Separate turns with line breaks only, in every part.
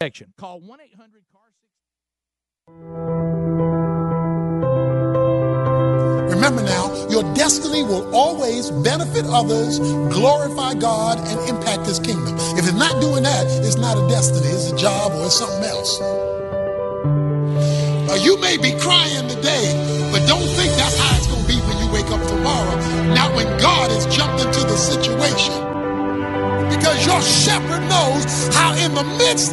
protection. Call 1 800 CAR 6.
Remember now, your destiny will always benefit others, glorify God, and impact His kingdom. If it's not doing that, it's not a destiny, it's a job or it's something else. Now, you may be crying today, but don't think that's how it's going to be when you wake up tomorrow, not when God has jumped into the situation. Because your shepherd knows how, in the midst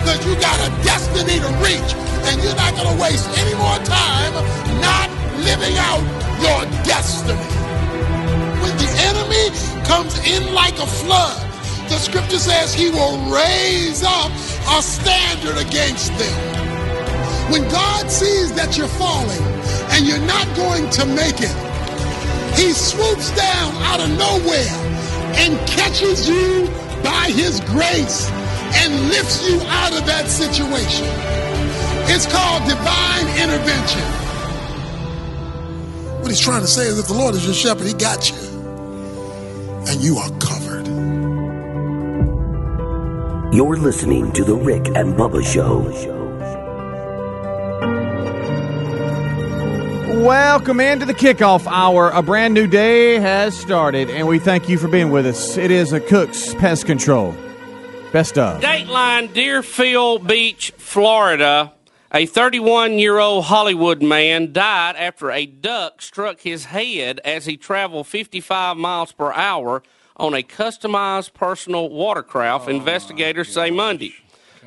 because you got a destiny to reach. And you're not going to waste any more time not living out your destiny. When the enemy comes in like a flood, the scripture says he will raise up a standard against them. When God sees that you're falling and you're not going to make it, he swoops down out of nowhere and catches you by his grace and lifts you out of that situation. It's called divine intervention. What he's trying to say is if the Lord is your shepherd, he got you. And you are covered.
You're listening to The Rick and Bubba Show.
Welcome into the kickoff hour. A brand new day has started, and we thank you for being with us. It is a Cook's Pest Control. Best of.
Dateline Deerfield Beach, Florida. A 31 year old Hollywood man died after a duck struck his head as he traveled 55 miles per hour on a customized personal watercraft, investigators say Monday.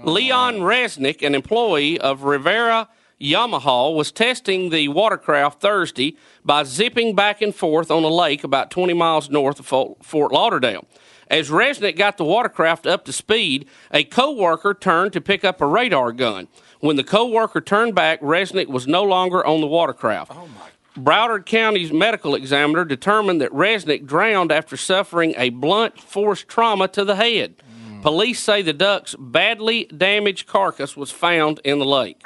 Leon Resnick, an employee of Rivera Yamaha, was testing the watercraft Thursday by zipping back and forth on a lake about 20 miles north of Fort- Fort Lauderdale. As Resnick got the watercraft up to speed, a co-worker turned to pick up a radar gun. When the co-worker turned back, Resnick was no longer on the watercraft. Broward County's medical examiner determined that Resnick drowned after suffering a blunt force trauma to the head. Police say the duck's badly damaged carcass was found in the lake.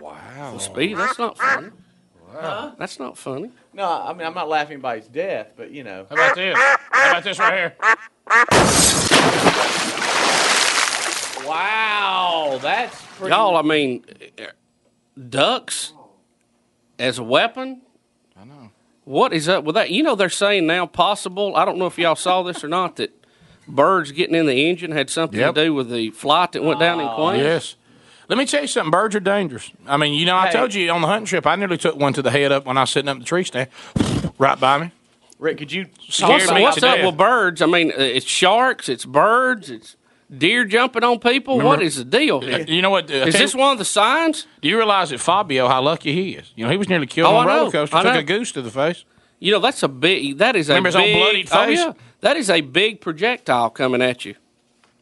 Wow. Speedy, that's not funny. Wow. That's not funny.
No, I mean I'm not laughing by his death, but you know.
How about this? How about this right here?
Wow, that's pretty.
Y'all, I mean, eh, ducks as a weapon. I know. What is up with that? You know, they're saying now possible. I don't know if y'all saw this or not that birds getting in the engine had something
Yep.
to do with the flight that went down in Queens.
Oh, Yes. Let me tell you something. Birds are dangerous. I mean, you know, I
Hey.
told you on the hunting trip, I nearly took one to the head up when I was sitting up in the tree stand, right by me.
Rick, could you?
Scared
What's,
me
what's
to
up
death.
with birds? I mean, eh, it's sharks, it's birds, it's deer jumping on people. What
Remember-
is the deal here?
You know what? uh,
Is this one of the signs?
Do you realize that Fabio, how lucky he is? You know, he was nearly killed
Oh,
on a
I know.
roller coaster,
I
took
know.
a goose to the face.
You know, that's a big. That is a
Remember his own
big.
bloodied
oh,
face?
yeah. that is a big projectile coming at you.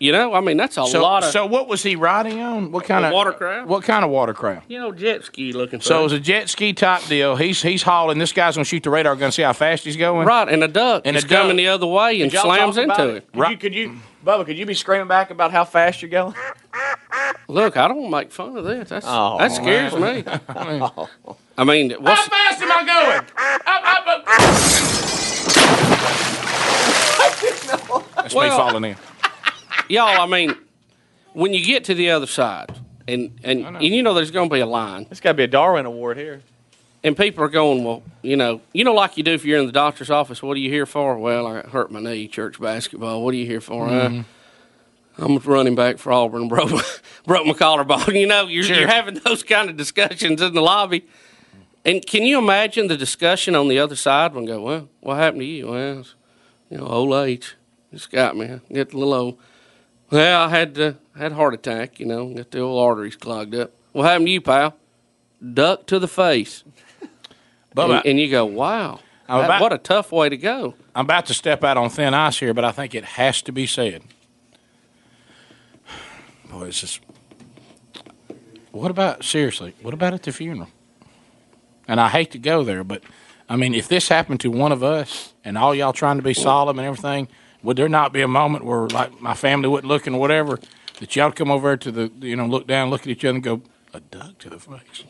You know, I mean, that's a
So,
lot of.
so what was he riding on? What kind
A
of
watercraft?
What kind of watercraft?
you know, jet ski looking.
So it
thing.
was a jet ski type deal. He's he's hauling. This guy's gonna shoot the radar gun, see how fast he's going.
Right, and a duck
And
and
a
is coming
duck.
the other way and
y'all
slams
talk about
into it.
Could you, could you, Bubba? Could you be screaming back about how fast you're going?
Look, I don't make fun of this. That's,
Oh,
that scares me. I mean,
How
what's
fast am I going? Up, up, up. That's me
Well-
falling in.
y'all? I mean, when you get to the other side, and and, and you know there's going to be a line,
It's got to be a Darwin Award here.
and people are going, well, you know, you know, like you do if you're in the doctor's office. What are you here for? Well, I hurt my knee, church basketball. What are you here for? Uh,
Mm-hmm.
I'm running back for Auburn. Broke broke my collarbone. You know, you're, you're having those kind of discussions in the lobby. And can you imagine the discussion on the other side? One go, well, what happened to you? Well, it's, you know, old age. It's got me. I Get a little old. Well, I had uh, had a heart attack. You know, got the old arteries clogged up. What happened to you, pal? Duck to the face.
Bubba,
and, and you go, wow,
I was
that-
about-
what a tough way to go.
I'm about to step out on thin ice here, but I think it has to be said. Boy, it's just. What about seriously? What about at the funeral? And I hate to go there, but I mean, if this happened to one of us, and all y'all trying to be solemn and everything, would there not be a moment where like my family wasn't looking or whatever that y'all come over to the you know look down, look at each other, and go a duck to the face?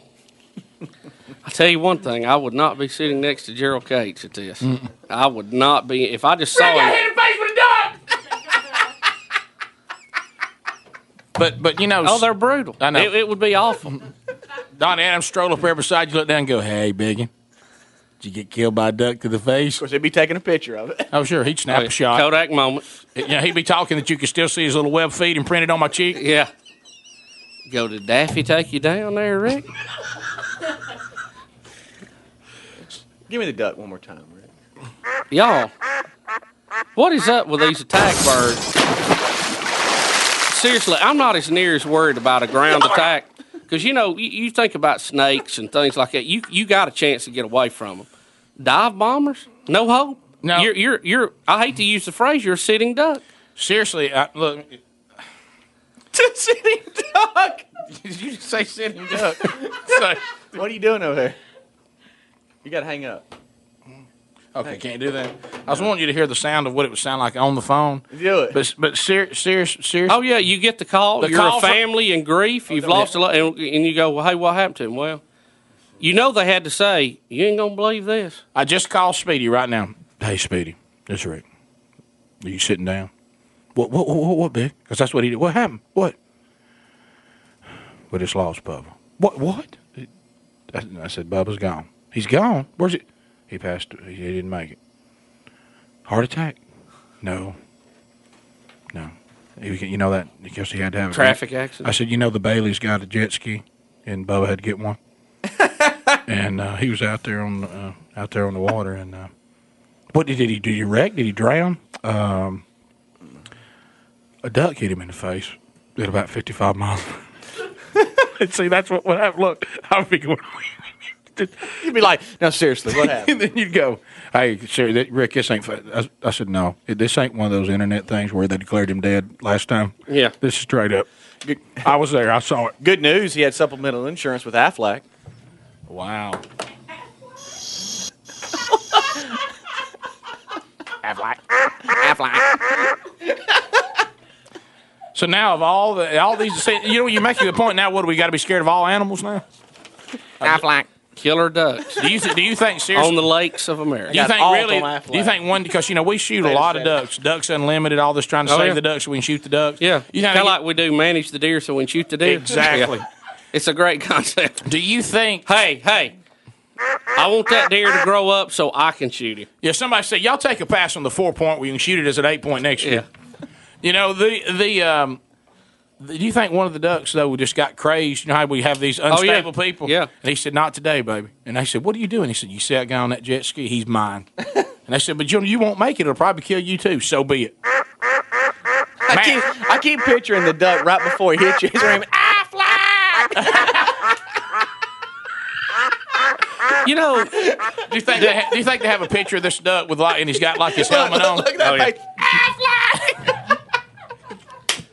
I tell you one thing, I would not be sitting next to Gerald Cates at this. I would not be if I just saw him.
But but you know,
Oh, they're brutal.
I know.
It, it would be awful.
Don Adams stroll up there beside you, look down, and go, "Hey, Biggie, did you get killed by a duck to the face?"
course, they'd be taking a picture of it.
Oh, sure, he'd snap a shot.
Kodak moment.
Yeah, he'd be talking that you could still see his little web feet imprinted on my cheek.
Yeah. Go to Daffy take you down there, Rick?
Give me the duck one more time. Rick.
Y'all. What is up with these attack birds? Seriously, I'm not as near as worried about a ground attack because you know you, you think about snakes and things like that. You you got a chance to get away from them. Dive bombers, no hope.
No.
you're you're, you're I hate to use the phrase. You're a sitting duck.
Seriously, I, look,
Sitting duck.
did you just say sitting duck?
What are you doing over there? You got to hang up.
okay, can't do that. I was wanting you to hear the sound of what it would sound like on the phone.
Do it.
But but serious, serious, serious.
Oh yeah, you get the call.
The
You're
call Oh,
a
for-
family in grief. You've lost a lot, and, and you go, well, hey, what happened to him? Well, you know they had to say, you ain't gonna believe this.
I just called Speedy right now. Hey, Speedy, it's Rick. Are you sitting down? What, what, what, what, what, Big? Because that's what he did. What happened? What? We just lost Bubba. What, what? I, I said, Bubba's gone. He's gone. Where's it? He passed. He, he didn't make it. Heart attack? No. No. He, you know that because he had to have a
Traffic
I
accident.
said, you know, the Bailey's got a jet ski, and Bubba had to get one. and uh, he was out there on uh, out there on the water, and uh, what did, did he do? He wreck? Did he drown? Um, a duck hit him in the face at about fifty five miles. and see, that's what would happen. Look, I would be going.
You'd be like, no, seriously, what happened?
and then you'd go, "Hey, sir, that, Rick, this ain't." fa- I, I said, "No, this ain't one of those internet things where they declared him dead last time."
Yeah.
this is straight up. I was there. I saw it.
Good news, he had supplemental insurance with Aflac.
Wow. So now of all the all these, see, you know, you make the point now. What do we got to be scared of all animals now?
Killer ducks
Do you th- do you think seriously?
on the lakes of
do you
America.
think
alt
really?
on Aflac.
Do you think one because you know we shoot a lot of ducks, ducks unlimited, all this trying to
Oh,
save
yeah.
the ducks so we can shoot the ducks.
Yeah,
you
kind
think
of like we do manage the deer so we can shoot the deer.
exactly.
Yeah. It's a great concept.
Do you think?
Hey, hey, I want that deer to grow up so I can shoot him.
Yeah, somebody said y'all take a pass on the four point where you can shoot it as an eight point next year.
Yeah.
You know the the um. Do you think one of the ducks though just got crazed? You know how we have these
Oh, yeah.
unstable people.
Yeah.
And he said, "Not today, baby." And they said, "What are you doing?" He said, "You see that guy on that jet ski? He's mine." and they said, "But Junior, you won't make it. It'll probably kill you too. So be it."
I keep, I keep picturing the duck right before he hits you. He's screaming, "Ah!"
You know,
Do you think they ha- do you think they have a picture of this duck with like and he's got like his helmet on?
Look at that
Oh, yeah.
face.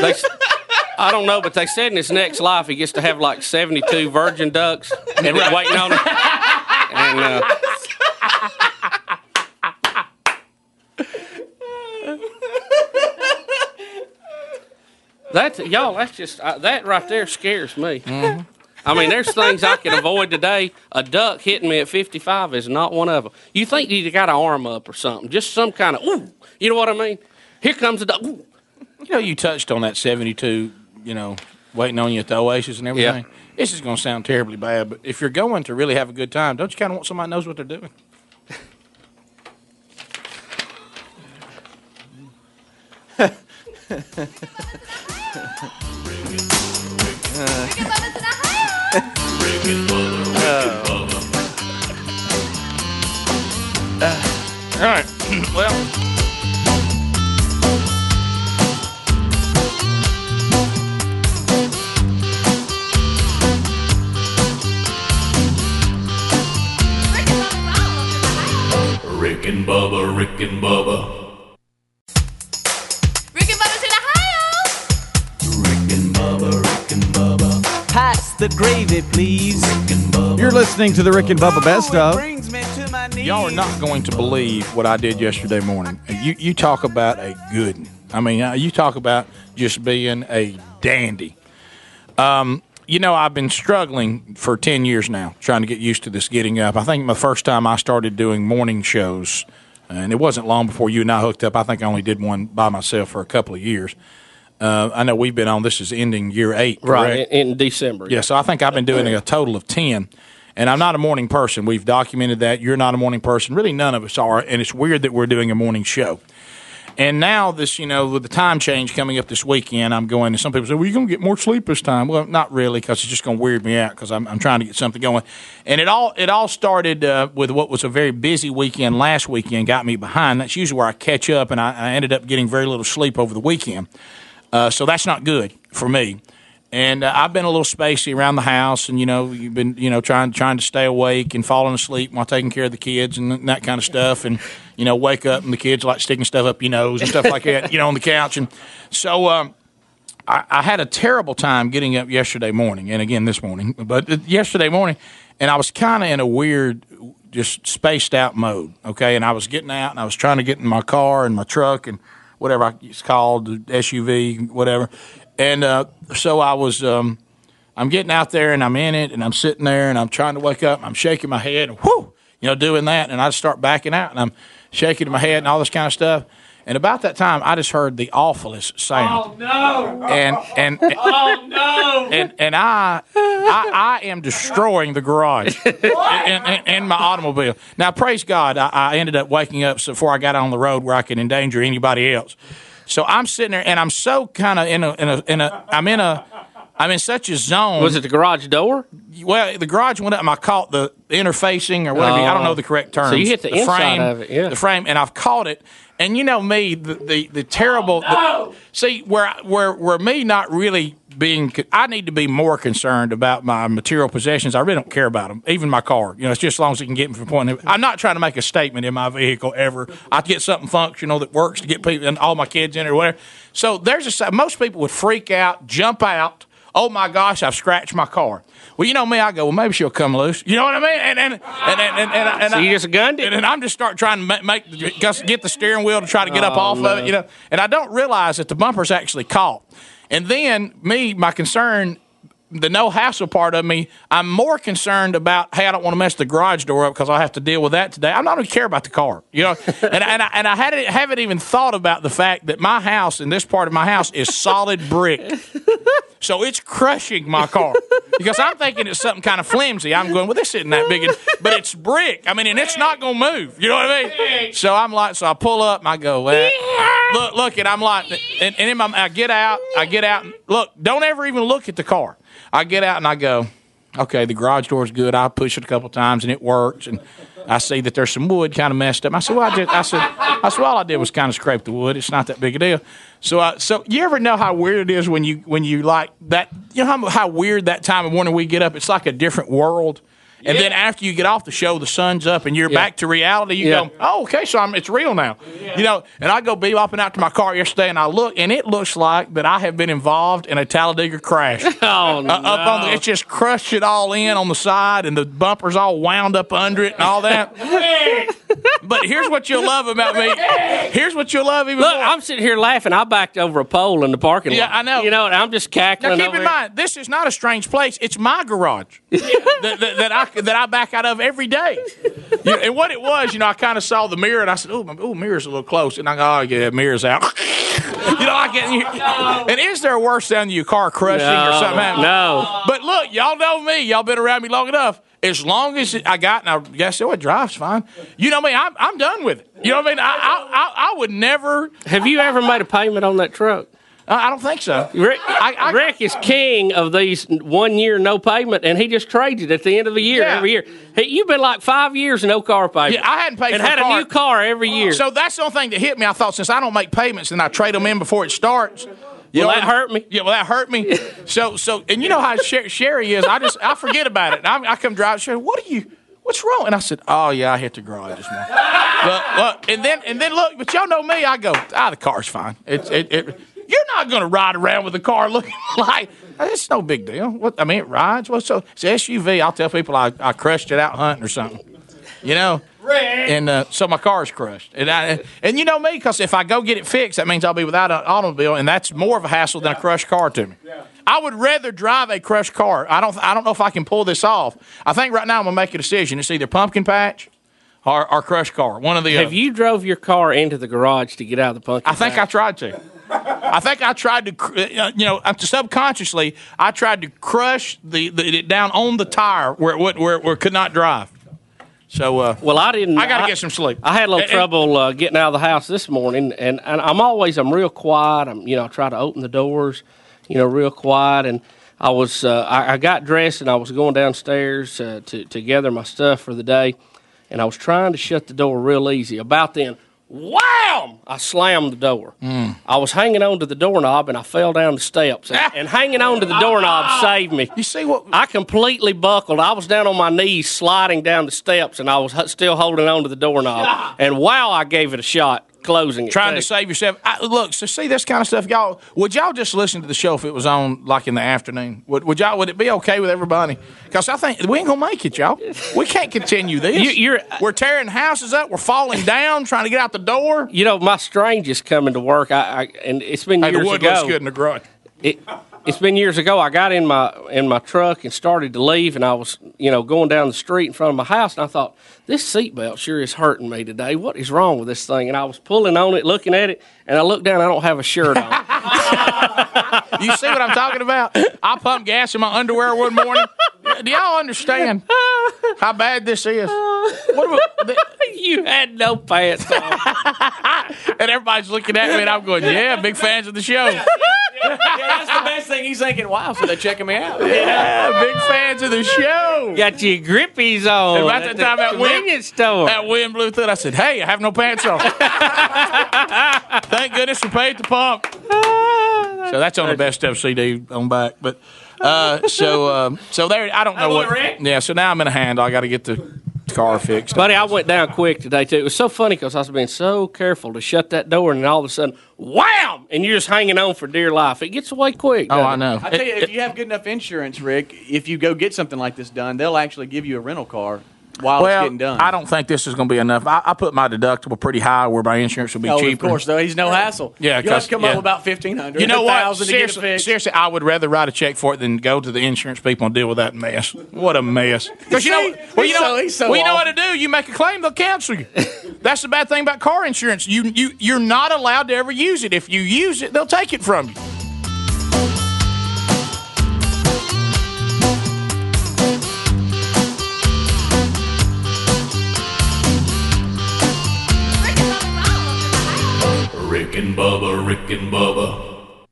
they, s- I don't know, but they said in his next life he gets to have like 72 virgin ducks and we're waiting on him. And, uh, that y'all, that's just uh, that right there scares me. I mean, there's things I can avoid today. A duck hitting me at 55 is not one of them. You think you got an arm up or something? Just some kind of ooh. You know what I mean? Here comes a duck. Ooh.
You know, you touched on that 72, you know, waiting on you at the Oasis and everything. This is going to sound terribly bad, but if you're going to really have a good time, don't you kind of want somebody who knows what they're doing?
Uh,
Oh. All right. well,
Rick and Bubba, Rick and Bubba,
Rick and Bubba's in Ohio.
Rick and Bubba, Rick and Bubba,
Pass the gravy, please.
You're listening to the Rick and Bubba Best
Oh, it
of.
brings me to my knees.
y'all are not going to believe what I did yesterday morning. You you talk about a good. one. I mean, uh, you talk about just being a dandy. Um, you know, I've been struggling for 10 years now, trying to get used to this getting up. I think my first time I started doing morning shows, and it wasn't long before you and I hooked up. I think I only did one by myself for a couple of years. Uh, I know we've been on, this is ending year eight, correct?
Right in, in December.
Yeah, so I think I've been doing a total of 10. And I'm not a morning person. We've documented that. You're not a morning person. Really, none of us are. And it's weird that we're doing a morning show. And now, this, you know, with the time change coming up this weekend, I'm going, and some people say, well, you're going to get more sleep this time. Well, not really, because it's just going to weird me out because I'm, I'm trying to get something going. And it all it all started uh, with what was a very busy weekend last weekend, got me behind. That's usually where I catch up, and I, I ended up getting very little sleep over the weekend. Uh, so that's not good for me. And uh, I've been a little spacey around the house, and you know, you've been you know trying trying to stay awake and falling asleep while taking care of the kids and that kind of stuff, and you know, wake up and the kids like sticking stuff up your nose and stuff like that, you know, on the couch, and so. Um, I, I had a terrible time getting up yesterday morning, and again this morning, but uh, yesterday morning, and I was kind of in a weird, just spaced out mode. Okay, and I was getting out, and I was trying to get in my car and my truck and whatever I- it's called, the SUV, whatever, and uh, so I was. Um, I'm getting out there and I'm in it and I'm sitting there and I'm trying to wake up. I'm shaking my head and whoo, you know, doing that. And I start backing out and I'm shaking my head and all this kind of stuff. And about that time, I just heard the awfulest sound. Oh no! And and oh no! And and I I, I am destroying the garage and, and, and my automobile. Now, praise God, I, I ended up waking up so before I got on the road where I could endanger anybody else. So I'm sitting there and I'm so kind of in a in a in a I'm in a I'm in such a zone.
Was it the garage door?
Well, the garage went up, and I caught the interfacing or whatever. I don't know the correct term.
Oh. So you hit the inside of it, yeah.
The frame, and I've caught it. And you know me, the the, the terrible. the- see where I- where where me not really being. co- I need to be more concerned about my material possessions. I really don't care about them, even my car. You know, it's just as long as it can get me from point. A- I'm not trying to make a statement in my vehicle ever. I get something functional that works to get people and all my kids in it or whatever. So there's a si- most people would freak out, jump out oh my gosh, I've scratched my car. Well, you know me, I go, well, maybe she'll come loose. You know what I mean? And and and and and, and, and
So you
I-
just gunned it?
And, and I'm just start trying to ma- make the- just get the steering wheel to try to get up off of it. You know, and I don't realize that the bumper's actually caught. And then me, my concern. The no hassle part of me, I'm more concerned about. Hey, I don't want to mess the garage door up because I have to deal with that today. I'm not going to care about the car, you know. and and I, and I hadn't, haven't even thought about the fact that my house and this part of my house is solid brick. So it's crushing my car because I'm thinking it's something kind of flimsy. I'm going, well, this isn't that big, a- but it's brick. I mean, and it's not going to move. You know what I mean? So I'm like, so I pull up and I go, well, look, look, and I'm like, and, and in my, I get out, I get out, and look, don't ever even look at the car. I get out and I go, okay, the garage door's good. I push it a couple times and it works. And I see that there's some wood kind of messed up. I said, well, I did. I said, I said, well, all I did was kind of scrape the wood. It's not that big a deal. So, I, so you ever know how weird it is when you when you like that? You know how, how weird that time of morning we get up. It's like a different world. And then after you get off the show, the sun's up and you're back to reality. You
Yeah.
go, oh, okay, so I'm, it's real now. You know, and I go bebopping out to my car yesterday and I look, and it looks like that I have been involved in a Talladega crash
Oh no!
uh, up on the, it just crushed it all in on the side and the bumpers all wound up under it and all that but here's what you'll love about me here's what you'll love even
Look,
more
I'm sitting here laughing. I backed over a pole in the parking lot.
Yeah, I know.
You know, and I'm just
now
cackling.
keep
over
in
here.
mind this is not a strange place it's my garage that, that, that I, that I back out of every day You- and what it was you know i kind of saw the mirror and i said oh my ooh, mirror's a little close and i go oh yeah mirror's out you know i can and is there a worse sound than your car crushing or
No,
something happening?
no.
But look, y'all know me. Y'all been around me long enough. As long as I got, and I guess oh, it drives fine. You know me. I'm I'm done with it. You know what I mean? I I, I, I would never.
Have you ever made a payment on that truck?
Uh, I I don't think so.
Rick, Rick is king of these one year no payment, and he just trades it at the end of the year
Yeah.
every year. Hey, you've been like five years no car payment.
Yeah, I hadn't paid
and
for a
had
car.
a new car every year.
So that's the only thing that hit me. I thought since I don't make payments and I trade them in before it starts. You
Will
know,
that hurt me?
Yeah, well, that hurt me. so, so, and you know how Sher- Sherry is. I just, I forget about it. And I, I come drive. Sherry, what are you? What's wrong? And I said, Oh yeah, I hit the garage this morning. look, look, and then, and then look. But y'all know me. I go, Ah, the car's fine. It, it, it You're not gonna ride around with a car looking like it's no big deal. What I mean, it rides. Well, so it's an SUV. I'll tell people I, I crushed it out hunting or something. You know. And uh, so my car's crushed, and I and you know me, because if I go get it fixed, that means I'll be without an automobile, and that's more of a hassle than a crushed car to me. I would rather drive a crushed car. I don't I don't know if I can pull this off. I think right now I'm gonna make a decision. It's either pumpkin patch or, or crushed car. One of the
Have
other.
you drove your car into the garage to get out of the pumpkin?
I think I tried to. I think I tried to, cr- uh, you know, I'm- subconsciously I tried to crush the, the it down on the tire where it would, where, it- where it could not drive. So uh,
Well, I didn't.
I gotta get some sleep.
I had a little
And- and-
trouble uh, getting out of the house this morning, and, and I'm always I'm real quiet. I'm you know I try to open the doors, you know, real quiet. And I was uh, I, I got dressed and I was going downstairs uh, to to gather my stuff for the day, and I was trying to shut the door real easy. About then, wham! I slammed the door.
Mm.
I was hanging on to the doorknob and I fell down the steps. And, and hanging on to the doorknob saved me.
you see what
I completely buckled. I was down on my knees, sliding down the steps, and I was h- still holding on to the doorknob. And wow, I gave it a shot, closing it.
trying
too.
to save yourself. I, look, so see this kind of stuff, y'all. Would y'all just listen to the show if it was on like in the afternoon? Would, would y'all? Would it be okay with everybody? Because I think we ain't gonna make it, y'all. We can't continue this.
You- you're- uh,
we're tearing houses up. We're falling down, trying to get out the door.
You know, my strangest coming to work, I, I and it's been
Hey, the
years
wood
ago.
looks good in the garage.
it, it's been years ago. I got in my in my truck and started to leave, and I was you know going down the street in front of my house, and I thought this seatbelt sure is hurting me today. What is wrong with this thing? And I was pulling on it, looking at it, and I looked down. I don't have a shirt on.
You see what I'm talking about? I pumped gas in my underwear one morning. Do y'all understand how bad this is? What about,
you had no pants on.
and everybody's looking at me, and I'm going, "Yeah, big fans of the show."
That's the best thing he's thinking. Wow, so they're checking me out.
Yeah, big fans of the show.
Got your grippies on.
And right that time that wind-
Oh, convenience store.
That wind blew through. I said, "Hey, I have no pants on." Thank goodness we paid the pump. So that's on the best of CD on back. But uh, so um, so there. I don't know what. Yeah. So now I'm in a handle. I got to get the car fixed.
Buddy, I went down quick today too. It was so funny because I was being so careful to shut that door, and then all of a sudden, wham! And you're just hanging on for dear life. It gets away quick.
oh,
doesn't
I
it?
know.
I tell you, if you have good enough insurance, Rick, if you go get something like this done, they'll actually give you a rental car while it's
well,
getting done.
I don't think this is going to be enough. I, I put my deductible pretty high where my insurance will be
Oh,
cheaper.
of course, though he's no hassle.
Yeah,
you have
'cause-
to come
yeah.
up with about fifteen hundred.
You know what?
To get it
Seriously,
fixed.
seriously, I would rather write a check for it than go to the insurance people and deal with that mess. What a mess! Because you know,
See?
well, you know,
He's so- he's so
well, you know what to
awful.
do. You make a claim, they'll cancel you. That's the bad thing about car insurance. You you you're not allowed to ever use it. If you use it, they'll take it from you.
Rick and Bubba, Rick and Bubba.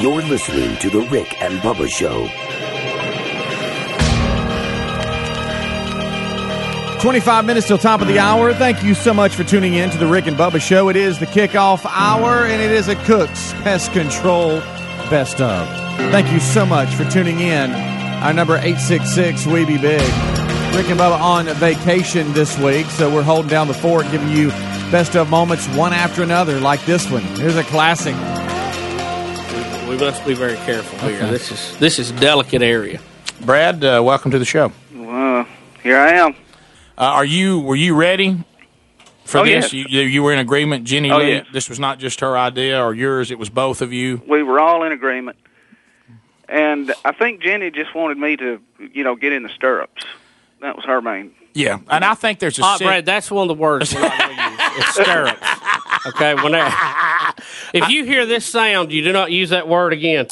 You're listening to The Rick and Bubba Show.
25 minutes till top of the hour. Thank you so much for tuning in to the Rick and Bubba Show. It is the kickoff hour, and it is a Cook's Pest Control Best of. Thank you so much for tuning in. Our number 866 We Be Big. Rick and Bubba on vacation this week, so we're holding down the fort, giving you best of moments one after another, like this one. Here's a classic.
We must be very careful here. Oh, This is this is delicate area.
Brad, uh, welcome to the show.
Well, here I am.
Uh, are you were you ready for
Oh,
this?
yes.
You, you were in agreement, Jenny.
Oh,
Lee,
yes.
This was not just her idea or yours. It was both of you.
We were all in agreement. And I think Jenny just wanted me to, you know, get in the stirrups. That was her main.
Yeah, and I think there's a
Uh,
sick-
Brad, that's one of the words. we're not gonna use. It's stirrups. Okay, whenever. If you hear this sound, you do not use that word again.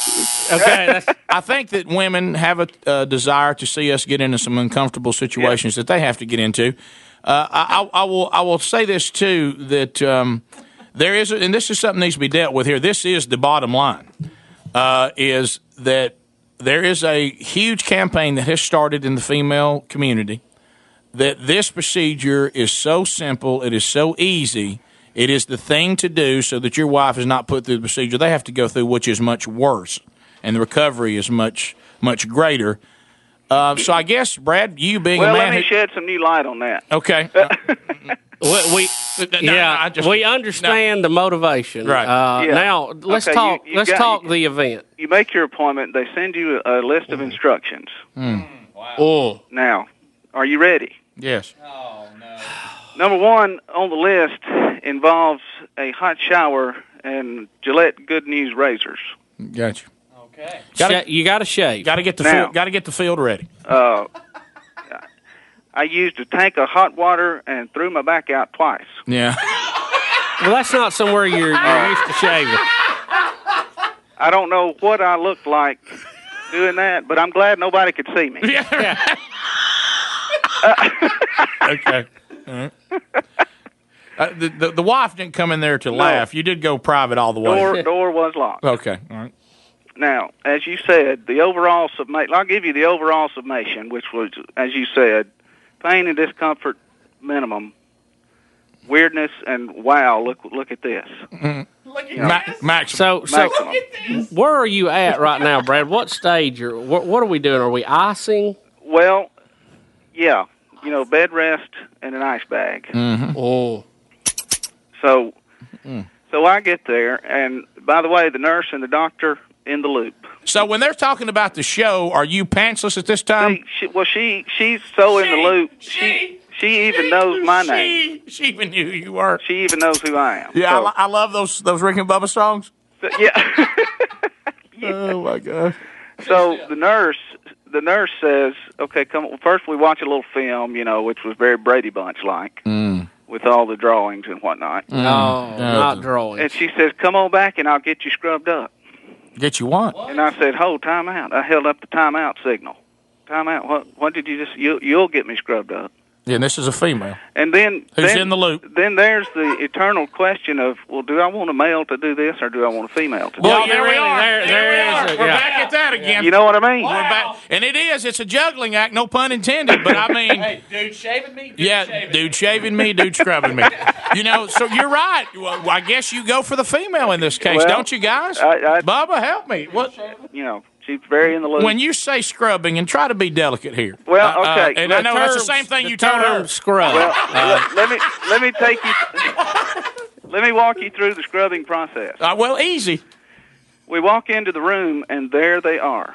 Okay.
that's,
I think that women have a uh, desire to see us get into some uncomfortable situations that they have to get into. Uh, I, I, I will. I will say this too that um, there is, a, and this is something that needs to be dealt with here. This is the bottom line: uh, is that there is a huge campaign that has started in the female community that this procedure is so simple, it is so easy, it is the thing to do so that your wife is not put through the procedure they have to go through, which is much worse, and the recovery is much much greater. Uh, so I guess Brad, you being
Well,
a
let
man,
me
who-
shed some new light on that.
okay, Uh,
we, we
no, no,
yeah,
I just-
we understand the motivation.
Right.
Uh,
Yeah.
Now let's
Okay, you-
talk.
you
let's
got-
talk the event.
You make your appointment. They send you a, a list of instructions.
Hmm.
Mm.
Now, are you ready?
yes,
Number one on the list involves a hot shower and Gillette Good News razors.
gotcha.
Sha- you got to shave.
Got to get the
Now.
field, got to get the field ready.
Uh, I used a tank of hot water and threw my back out twice.
Yeah,
well, that's not somewhere you're, you're used to shaving.
I don't know what I looked like doing that, but I'm glad nobody could see me.
okay. All right. Uh, the, the the wife didn't come in there to laugh. You did go private all the way.
Door door was locked.
Okay, all right.
Now, as you said, the overall summation. I'll give you the overall summation, which was, as you said, pain and discomfort minimum, weirdness, and wow, look look at this.
Ma- Max,
So, so
Maximum.
where are you at right now, Brad? What stage? Or what, what are we doing? Are we icing?
Well, yeah, you know, bed rest and an ice bag.
Mm-hmm.
Oh,
So,
Mm.
so I get there, and by the way, the nurse and the doctor in the loop.
So when they're talking about the show, are you pantsless at this time?
She, she, well, she she's so in the loop. She she even knows my name.
She, she even knew who you were.
She even knows who I am.
Yeah, I,
So-
lo- I love those those Rick and Bubba songs.
so, yeah.
Oh my gosh.
So the nurse, the nurse says, "Okay, come. First, we watch a little film, you know, which was very Brady Bunch like,
Mm.
with all the drawings and whatnot."
no, not drawing.
Mm.
And she says, "Come on back, and I'll get you scrubbed up."
Get you want?
And I said, "Hold time out." I held up the time out signal. Time out. What? What did you just? You, you'll get me scrubbed up.
Yeah, and this is a female.
And then
Who's
then,
in the loop?
Then there's the eternal question of, well, do I want a male to do this or do I want a female to? do
Well,
Y'all,
there
there
we
is-
are.
there- there
we
is
are.
a-
We're
yeah.
back at that
this?
again.
You know what I mean?
We're back, and it is. It's a juggling act. No pun intended. But I mean,
Hey, dude, shaving me? Dude,
yeah,
shaving me.
dude, shaving me, dude, scrubbing me. You know, so you're right. Well, I guess you go for the female in this case,
Well,
don't you guys?
I- I-
Bubba, help me. What?
You know, she's very in the loop.
When you say scrubbing, and try to be delicate here.
Well,
Uh, uh,
okay.
and I know that's the same thing you told her. Uh,
Term scrub.
Well, let, let me let me take you. let me walk you through the scrubbing process.
Uh, well, easy.
We walk into the room, and there they are,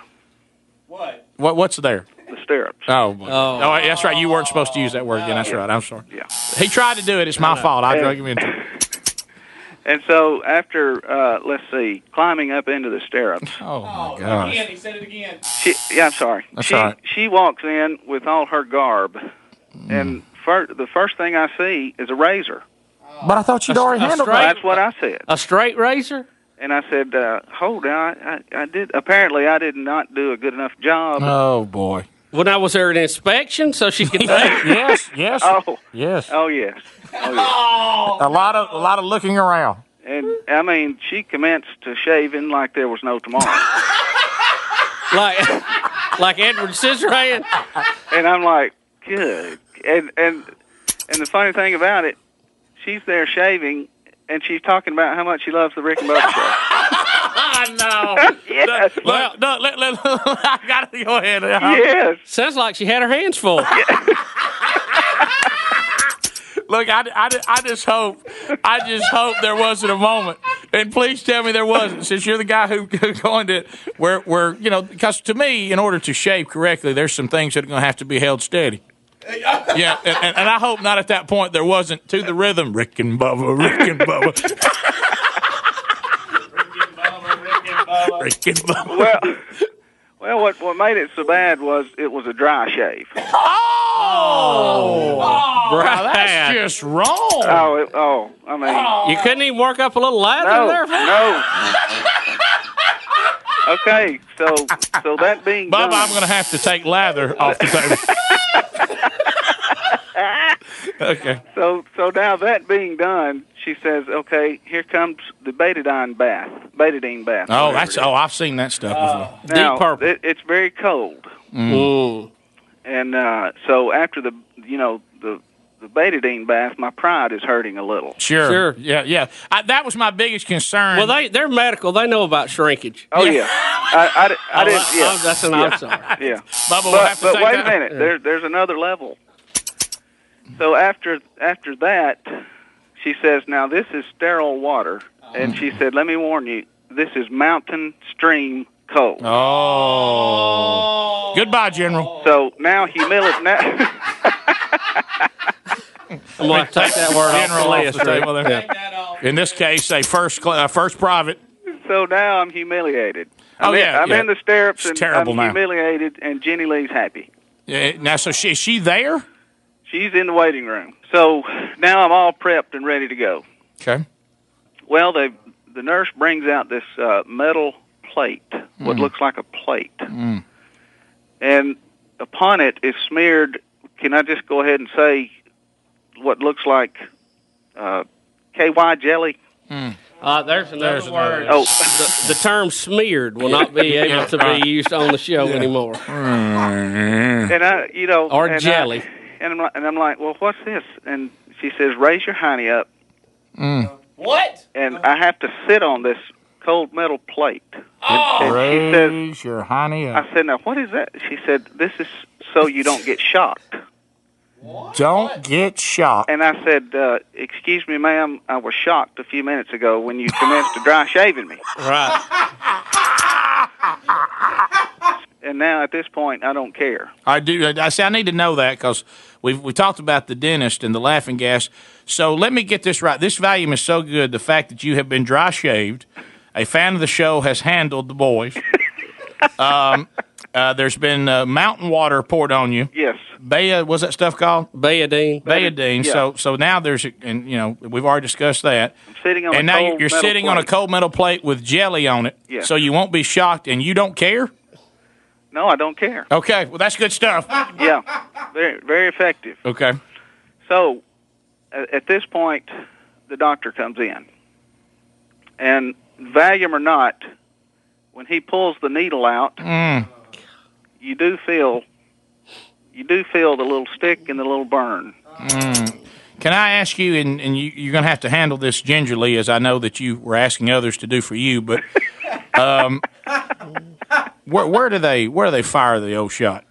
What, what's there?
the stirrups.
Oh, my- oh, that's right. You weren't supposed to use that word again. That's right. I'm sorry.
Yeah.
He tried to do it. It's my fault. I drug him into it.
And so after, uh, let's see, climbing up into the stirrups,
Oh, my gosh.
Again, he said it again.
she, yeah, I'm sorry.
That's
she
all right. Mm.
she walks in with all her garb, and fir- the first thing I see is a razor.
But I thought you'd already handled
straight-
that.
That's what I said.
a straight razor.
And I said, uh, hold on, I, I, I did. Apparently, I did not do a good enough job.
Oh, boy.
When I was there an inspection, so she could take.
yes, yes,
oh,
yes.
oh yes.
Oh.
A lot of a lot of looking around.
And I mean, she commenced to shaving like there was no tomorrow.
like like Edward Scissorhands.
and I'm like, good. And and and the funny thing about it, she's there shaving, and she's talking about how much she loves the Rick and Bubba show.
I know.
yes,
Well, no, let, let, I got to go ahead.
yes.
Sounds like she had her hands full.
Look, I, I, I just hope, I just hope there wasn't a moment, and please tell me there wasn't, since you're the guy who, who coined it. Where, where you know, because to me, in order to shape correctly, there's some things that are going to have to be held steady. Yeah, and, and, and I hope not at that point there wasn't to the rhythm, Rick and Bubba, Rick and Bubba, Rick and Bubba.
Well, well, what what made it so bad was it was a dry shave.
Oh,
Brad.
that's just wrong.
Oh, it, oh, I mean,
Oh, You couldn't even work up a little lather
no,
there.
no. Okay, so so that being
Bubba,
done,
I'm going to have to take lather off the table. okay.
so so now that being done, she says, "Okay, here comes the betadine bath, betadine bath."
Oh,
whatever
that's
it is.
oh, I've seen that stuff before.
now,
Deep purple.
It, it's very cold,
Mm.
and uh, so after the you know the the betadine bath, my pride is hurting a little.
Sure.
Sure.
Yeah, yeah. I, that was my biggest concern.
Well, they they're medical. They know about shrinkage.
Oh yeah, I, I, di- I
Oh,
didn't.
I-
Yeah,
I- that's an I'm sorry.
yeah.
Bubba, we'll
But,
have to
but
take
wait a
that-
minute, there, there's another level. So after after that, she says, "Now this is sterile water," and she said, "Let me warn you, this is mountain stream cold."
Oh. Goodbye, General.
So now humility. now,
I'm going to take that word
General
off the
off
list.
the table there.
Take that off.
In this case, a first cl- uh, first private.
so now I'm humiliated. I'm
Oh,
in,
yeah,
I'm
yeah.
in the stirrups
It's
and
terrible
I'm
now.
humiliated, and Jenny Lee's happy.
Yeah, now, so she, is she there?
She's in the waiting room. So now I'm all prepped and ready to go.
Okay.
Well, they the nurse brings out this uh, metal plate,
Hmm.
what looks like a plate, and upon it is smeared. Can I just go ahead and say what looks like uh, KY jelly?
Hmm.
Uh, there's another
There's another
word.
Oh.
The, the term smeared will not be able to be used on the show anymore.
Hmm. Mm-hmm.
And I, you know,
Or
and I-
jelly.
and I'm like, and I'm like, well, what's this? And she says, raise your hiney up.
Mm.
What?
And I have to sit on this cold metal plate. And, and she says,
Raise your honey up.
I said, now what is that? She said, this is so you don't get shocked.
Don't get shocked.
And I said, uh, "Excuse me, ma'am. I was shocked a few minutes ago when you commenced to dry shaving me,
Right.
and now at this point, I don't care."
I do. I see. I need to know that because we we talked about the dentist and the laughing gas. So let me get this right. This volume is so good. The fact that you have been dry shaved, a fan of the show has handled the boys. um, uh, there's been uh, mountain water poured on you.
Yes,
Baya, what's that stuff called?
Beadine.
Bayadine.
yeah.
So so now there's a, and you know we've already discussed that.
sitting on
and
a
now
cold
you're, you're
metal
sitting on a
plate.
cold metal plate with jelly on it.
Yeah.
So you won't be shocked, and you don't care.
No, I don't care.
Okay. Well, that's good stuff.
Yeah, very very effective.
Okay.
So, a- at this point, the doctor comes in, and Valium or not, when he pulls the needle out,
Mm,
you do feel you do feel the little stick and the little burn.
Mm. Can I ask you, and, and you, you're going to have to handle this gingerly, as I know that you were asking others to do for you, but um, where, where do they where do they fire the old shot?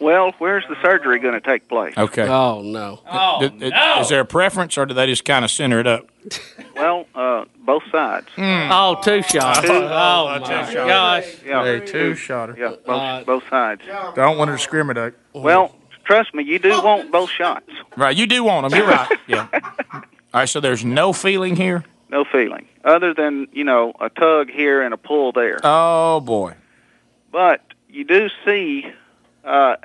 Well, where's the surgery going to take place?
Okay,
Oh no.
D- d- is there a preference, or do they just kind of center it up? Mm.
Well, uh, both sides.
Oh, two shots. Oh, my gosh. Uh, oh.
Yeah,
two shotter.
yeah, both, both sides.
Don't want to discriminate.
Well, trust me, you do want both shots.
Right, you do want them. You're right. Yeah. All right, so there's no feeling here.
No feeling, other than you know a tug here and a pull there.
Oh boy.
But you do see uh,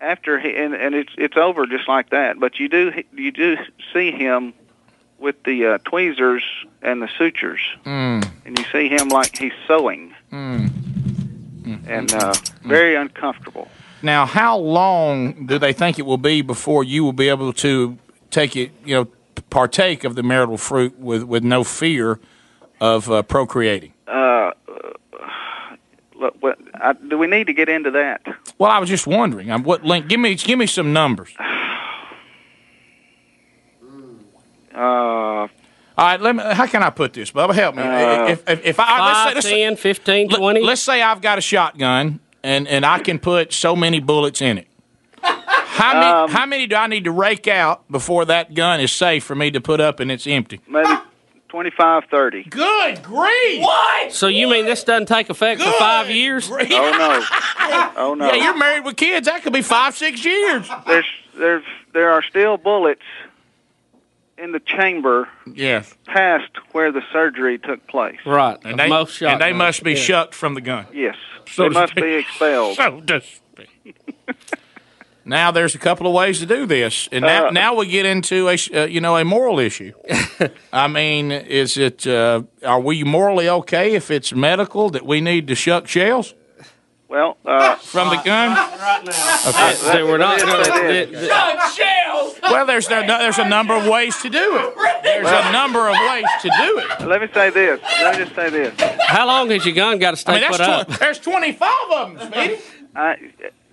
after he, and, and it's it's over just like that. But you do you do see him with the uh, tweezers and the sutures,
mm,
and you see him like he's sewing, and uh, very uncomfortable.
Now, how long do they think it will be before you will be able to take it, you know, partake of the marital fruit with, with no fear of uh, procreating?
Uh, Look, what, I, do we need to get into that?
Well, I was just wondering. Um, what link? Give me give me some numbers.
Uh,
All right, let me. How can I put this, Bubba? Help me. if, if, if I
Five,
let's say, let's,
ten, fifteen,
let-
twenty.
let's say I've got a shotgun and and I can put so many bullets in it. How many, how many do I need to rake out before that gun is safe for me to put up and it's empty?
maybe twenty-five, thirty.
Good grief! What?
So you mean this doesn't take effect for five years?
Oh no! Oh no!
Yeah, you're married with kids. That could be five, six years.
There's there's there are still bullets in the chamber
Yes.
past where the surgery took place.
Right.
And they,
Most
and they
shotguns.
must be
Yeah.
shucked from the gun.
Yes,
So
they
to
must
speak.
be expelled.
So just. Now there's a couple of ways to do this, and now,
Uh,
now we get into a sh- uh, you know a moral issue. I mean, is it uh, are we morally okay if it's medical that we need to shuck shells
Well, uh,
from the gun?
So we're not going to.
Well, there's no, no- there's a number of ways to do it. There's a number of ways to do it.
let me say this. Let me just say this.
How long has your gun got to stay
I mean,
put
that's
up?
tw- there's 25 of them, Speedy.
I,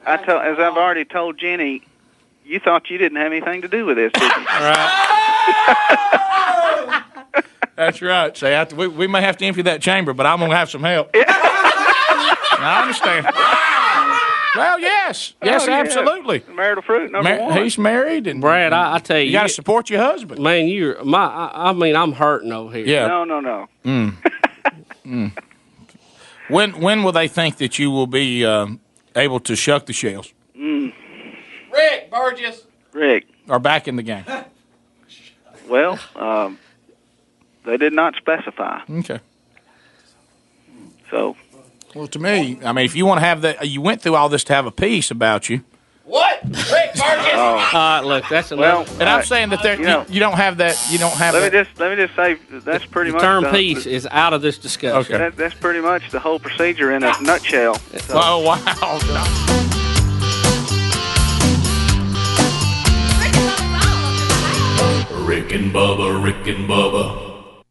I told, as I've already told Jenny, you thought you didn't have anything to do with this. Did you?
That's right. Say, I, we, we may have to empty that chamber, but I'm gonna have some help. I understand. Well, yes, yes,
Oh, yeah.
absolutely.
Marital fruit number
Mar-
one.
he's married, and
Brad, I, I tell you,
you got to support your husband.
man, you're my. I, I mean, I'm hurting over here.
Yeah.
No, no, no.
Mm. Hmm. When when will they think that you will be um, able to shuck the shells
Rick Burgess.
Rick.
or back in the game?
Well, um, they did not specify.
Okay.
So
Well, to me, I mean, if you want to have that, you went through all this to have a piece about you,
What? Rick Burgess.
All right, look, that's
Oh. well,
enough.
and I'm saying that there,
you know-
you, you don't have that. You don't have.
let
That,
me just let me just say that's pretty
the
much
term
the,
peace is out of this discussion.
Okay.
That, that's pretty much the whole procedure in a nutshell. So-
oh wow!
Rick and Bubba, Rick and Bubba.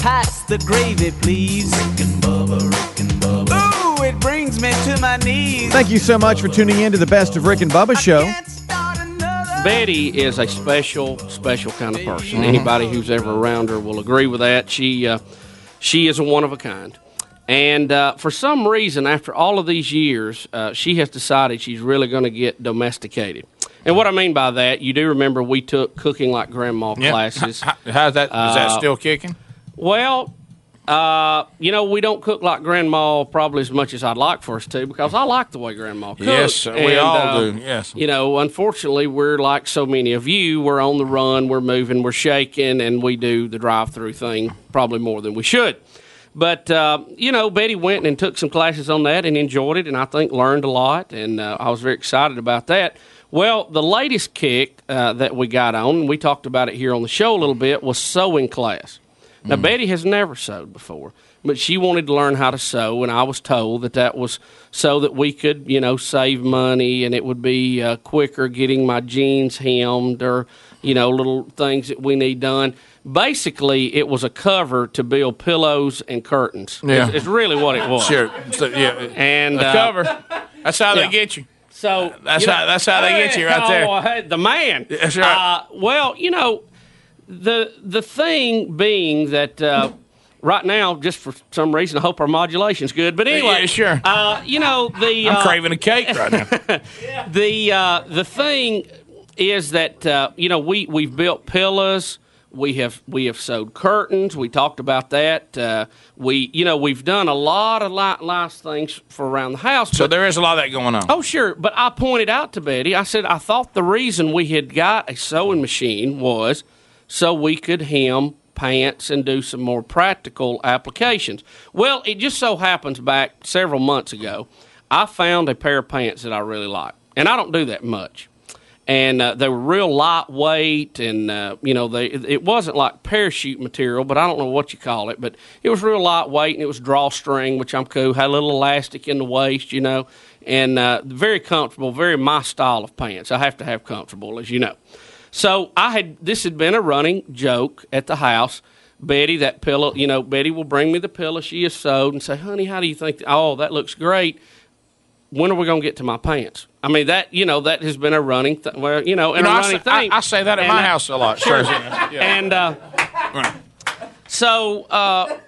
Pass the gravy, please. Ooh, it brings me to my knees.
Thank you so much for tuning in to the Best of Rick and Bubba show.
Can't start another.
Betty is a special, special kind of person.
Mm-hmm.
Anybody who's ever around her will agree with that. She, uh, she is a one of a kind. And uh, for some reason, after all of these years, uh, she has decided she's really going to get domesticated. And what I mean by that, you do remember we took cooking like grandma
Yeah.
classes.
How- How's that? Is that
Uh,
still kicking?
Well, uh, you know, we don't cook like grandma probably as much as I'd like for us to because I like the way grandma cooks. uh,
Yes, we all do, yes.
You know, unfortunately, we're like so many of you. We're on the run, we're moving, we're shaking, and we do the drive through thing probably more than we should. But, uh, you know, Betty went and took some classes on that and enjoyed it, and I think learned a lot, and uh, I was very excited about that. Well, the latest kick uh, that we got on, and we talked about it here on the show a little bit, was sewing class.
Mm.
Now, Betty has never sewed before, but she wanted to learn how to sew, and I was told that that was so that we could, you know, save money and it would be uh, quicker getting my jeans hemmed or, you know, little things that we need done. Basically, it was a cover to build pillows and curtains.
Yeah.
It's, it's really what it was.
Sure. So, yeah.
And
The
uh,
cover. That's how
yeah.
they get you.
So
That's
you
how- that's how they get you right
oh,
there.
hey, the man.
That's right.
Uh, well, you know, the the thing being that uh, right now, just for some reason, I hope our modulation's good. But anyway,
Yeah, sure.
Uh, you know the
I'm
uh,
craving a cake right now.
the uh, the thing is that uh, you know we we've built pillows. We have we have sewed curtains. We talked about that. Uh, we you know we've done a lot of light, nice things for around the house.
So
but-
there is a lot of that going on.
Oh, sure. But I pointed out to Betty, I said, I thought the reason we had got a sewing machine was so we could hem pants and do some more practical applications. Well, it just so happens back several months ago, I found a pair of pants that I really like. And I don't do that much. And uh, they were real lightweight, and uh, you know, they it wasn't like parachute material, but I don't know what you call it, but it was real lightweight, and it was drawstring, which I'm cool. Had a little elastic in the waist, you know, and uh, very comfortable, very my style of pants. I have to have comfortable, as you know. So I had this had been a running joke at the house. Betty, that pillow, you know, Betty will bring me the pillow she has sewed and say, "Honey, how do you think? oh, that looks great. When are we going to get to my pants?" I mean, that you know, that has been a running, th- well, you know,
You
and
know,
a
I,
running
say, I,
thing.
I say that at
And
my
I-
house a lot. Sure. Yeah.
and uh, so uh,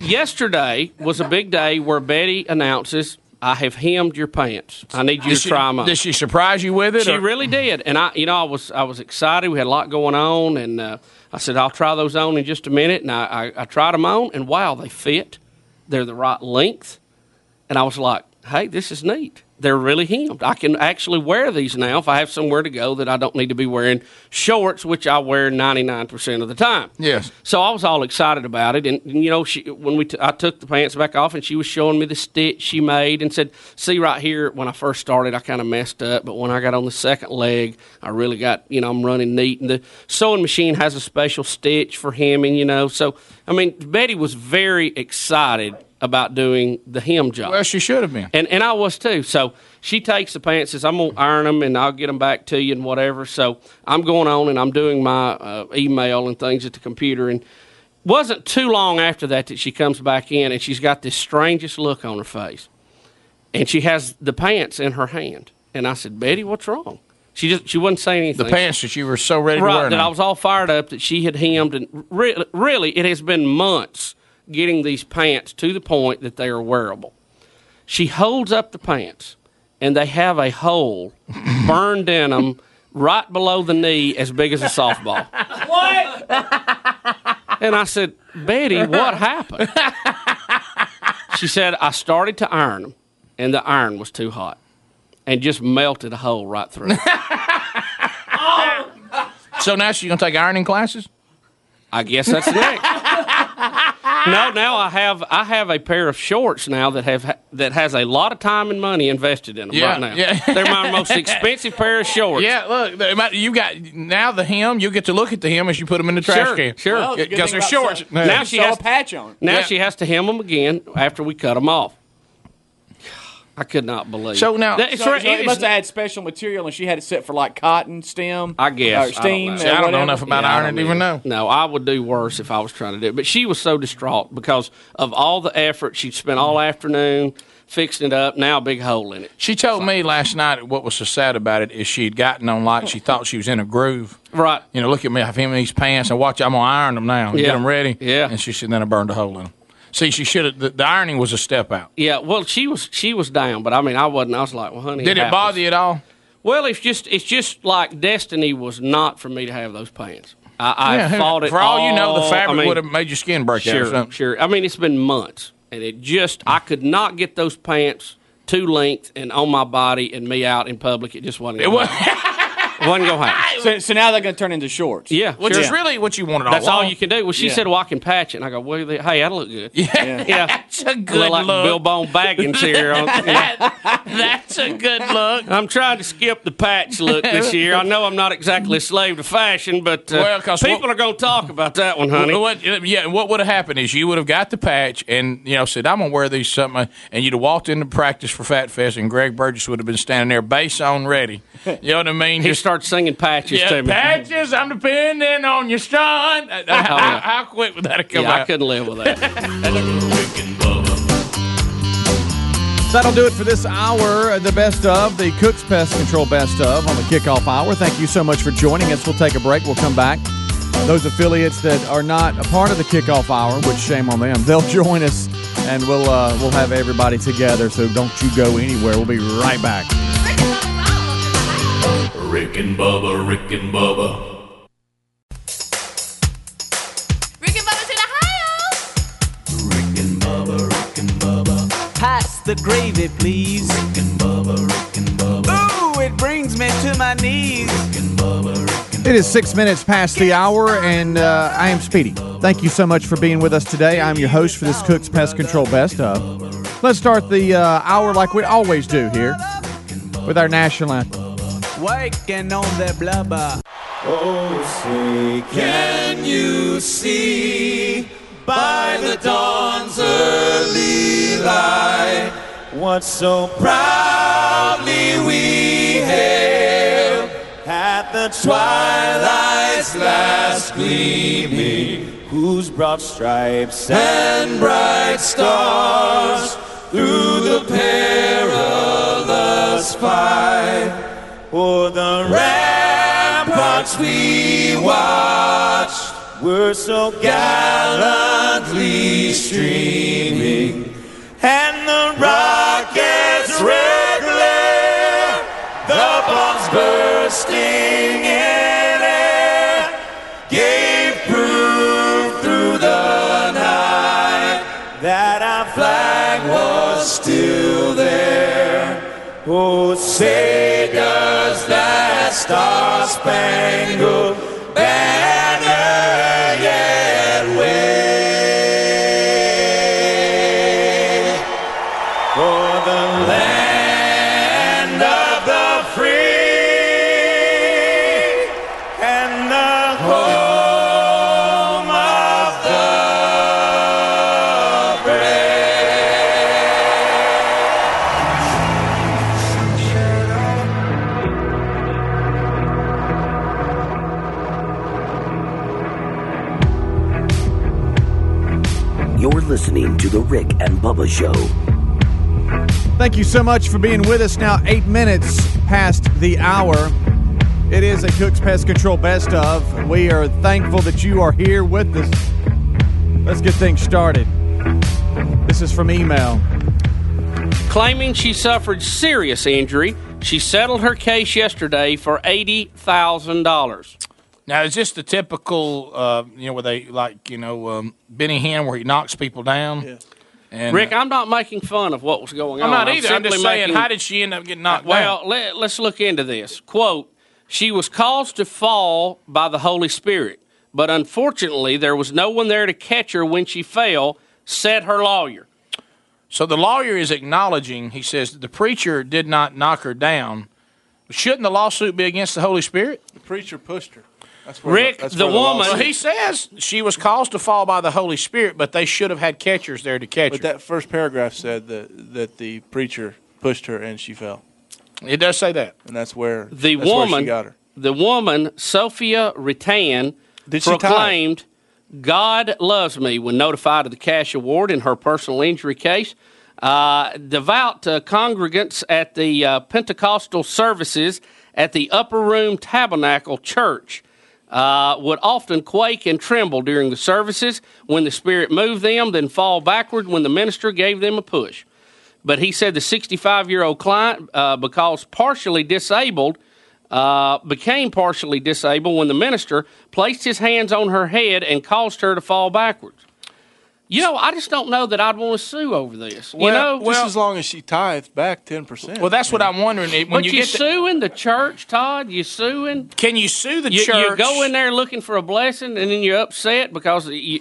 yesterday was a big day where Betty announces, "I have hemmed your pants. I need you
Did
to
she,
try them."
did she surprise you with it?
She
or-
really did, and I, you know, I was I was excited. We had a lot going on, and uh, I said I'll try those on in just a minute. And I, I, I tried them on, and wow, they fit. They're the right length, and I was like, "Hey, this is neat." they're really hemmed. I can actually wear these now if I have somewhere to go that I don't need to be wearing shorts, which I wear 99% of the time.
Yes.
So I was all excited about it, and, and, you know, she when we t- I took the pants back off, and she was showing me the stitch she made, and said, "See right here, when I first started, I kind of messed up, but when I got on the second leg, I really got you know I'm running neat, and the sewing machine has a special stitch for hemming, you know." So I mean, Betty was very excited about doing the hem job.
Well, she should have been.
And and I was too. So she takes the pants, says, "I'm gonna iron them, and I'll get them back to you, and whatever." So I'm going on, and I'm doing my uh, email and things at the computer, and wasn't too long after that that she comes back in, and she's got this strangest look on her face, and she has the pants in her hand, and I said, "Betty, what's wrong?" She just she wasn't saying
The
anything.
pants that you were so ready to wear.
Right, that
now.
I was all fired up that she had hemmed, and re- really, it has been months getting these pants to the point that they are wearable. She holds up the pants, and they have a hole burned in them right below the knee, as big as a softball. And I said, Betty, what happened? she said, I started to iron them, and the iron was too hot and just melted a hole right through.
So now she's gonna take ironing classes.
I guess that's next. no, now I have I have a pair of shorts now that have that has a lot of time and money invested in them
Yeah,
right now.
yeah.
They're my most expensive pair of shorts.
Yeah, look, they might- you got now the hem. You get to look at the hem as you put them in the trash
Sure,
can.
sure.
Well, the good
because
thing
they're
about
shorts.
some-
Now she
Saw
has
a patch on it.
Now
Yeah.
she has to hem them again after we cut them off. I could not believe.
So now-
That- it's
So,
right-
so
it
it
is-
must have had special material, and she had it set for like cotton stem.
I guess.
or
I don't
steam.
know.
or
I
See,
don't know
whatever.
enough about
Yeah, I
iron to
don't
even know.
No, I would do worse if I was trying to do it. But she was so distraught because of all the effort she'd spent all afternoon fixing it up. Now a big hole in it.
She told me last night what was so sad about it is she'd gotten on like she thought she was in a groove.
Right.
You know, look at me. I've hemmed these pants. and watch. I'm gonna iron them now. and Get
Yeah.
them ready.
Yeah.
And she said, then I burned a hole in them. See, she should have. The, the ironing was a step out.
Yeah, well, she was she was down, but I mean, I wasn't. I was like, well, honey,
Did it
happens.
bother you at all?
Well, it's just it's just like destiny was not for me to have those pants. I, I
Yeah, who-
fought it.
For all, you know, the
all-
fabric
Oh, I mean,
would have made your skin break out or
Sure,
something.
sure. I mean, it's been months, and it just I could not get those pants to length and on my body and me out in public. It just wasn't. It
wa-
wasn't going to happen.
So, so now they're going to turn into shorts.
Yeah,
Which
sure.
is really what you wanted all
That's all
along.
you can do. Well, she
Yeah.
said, "Well, I can patch it." And I go, "Well, they- hey, that'll look good."
Yeah.
yeah.
That's a
I look
good
like
look.
Bilbon Baggins here. On, yeah.
That's a good look.
I'm trying to skip the patch look this year. I know I'm not exactly a slave to fashion, but uh,
Well, 'cause
people
what-
are going to talk about that one, honey.
What, yeah, what would have happened is you would have got the patch and you know said I'm gonna wear these something, and you'd have walked into practice for Fat Fest, and Greg Burgess would have been standing there, bass on ready. You know what I mean?
he starts singing patches
yeah,
to me. Oh,
patches. I'm depending on your son. Uh, How,
yeah.
how quick would that have come
yeah, I
out?
couldn't live with that.
Rick and Bubba.
That'll do it for this hour. Uh, The best of the Cook's Pest Control Best of on the kickoff hour. Thank you so much for joining us. We'll take a break. We'll come back. Those affiliates that are not a part of the kickoff hour, which shame on them, they'll join us and we'll uh, we'll have everybody together. So don't you go anywhere. We'll be right back.
Rick and Bubba, Rick and Bubba.
Rick and Bubba's in Ohio. Pass the gravy, please. Rick and Bubba, Rick and Bubba. Ooh, it brings me to my knees.
It is six minutes past the hour, and uh, I am Speedy. Thank you so much for being with us today. I'm your host for this Cook's Pest Control Best of. Let's start the uh, hour like we always do here with our national anthem.
Waking on the blubber.
Oh, say does that star spangled banner yet wave for the land of the free and the home of the brave?
You're listening to The Rick and Bubba Show.
Thank you so much for being with us now, eight minutes past the hour. It is a Cook's Pest Control Best of. We are thankful that you are here with us. Let's get things started. This is from email.
Claiming she suffered serious injury, she settled her case yesterday for $80,000.
Now, is this the typical, uh, you know, where they like, you know, um, Benny Hinn, where he knocks people down? Yeah. And, uh,
Rick, I'm not making fun of what was going
I'm
on.
not either. I'm
simply
just saying,
making-
how did she end up getting knocked
well,
down?
let, us look into this. Quote, she was caused to fall by the Holy Spirit, but unfortunately, there was no one there to catch her when she fell, said her lawyer.
So the lawyer is acknowledging, he says, the preacher did not knock her down. Shouldn't the lawsuit be against the Holy Spirit?
The preacher pushed her. That's
Rick, the, woman.
Well, he says she was caused to fall by the Holy Spirit, but they should have had catchers there to catch
But
her.
that first paragraph said that that the preacher pushed her and she fell,
it does say that.
and that's where
the
that's
woman
where she got her.
the woman Sophia Rattan
she tie?
proclaimed God loves me when notified of the cash award in her personal injury case. Uh, devout uh, congregants at the uh, Pentecostal services at the Upper Room Tabernacle Church uh, would often quake and tremble during the services when the Spirit moved them, then fall backward when the minister gave them a push. But he said the 65 year old client, uh, because partially disabled, uh, became partially disabled when the minister placed his hands on her head and caused her to fall backwards. You know, I just don't know that I'd want to sue over this. You know,
just as long as she tithed back ten percent.
Well, that's what I'm wondering. When
but
you
you,
get the-
suing the church, Todd. You suing.
can you sue the
You, you
church?
go in there looking for a blessing, and then you're upset because you,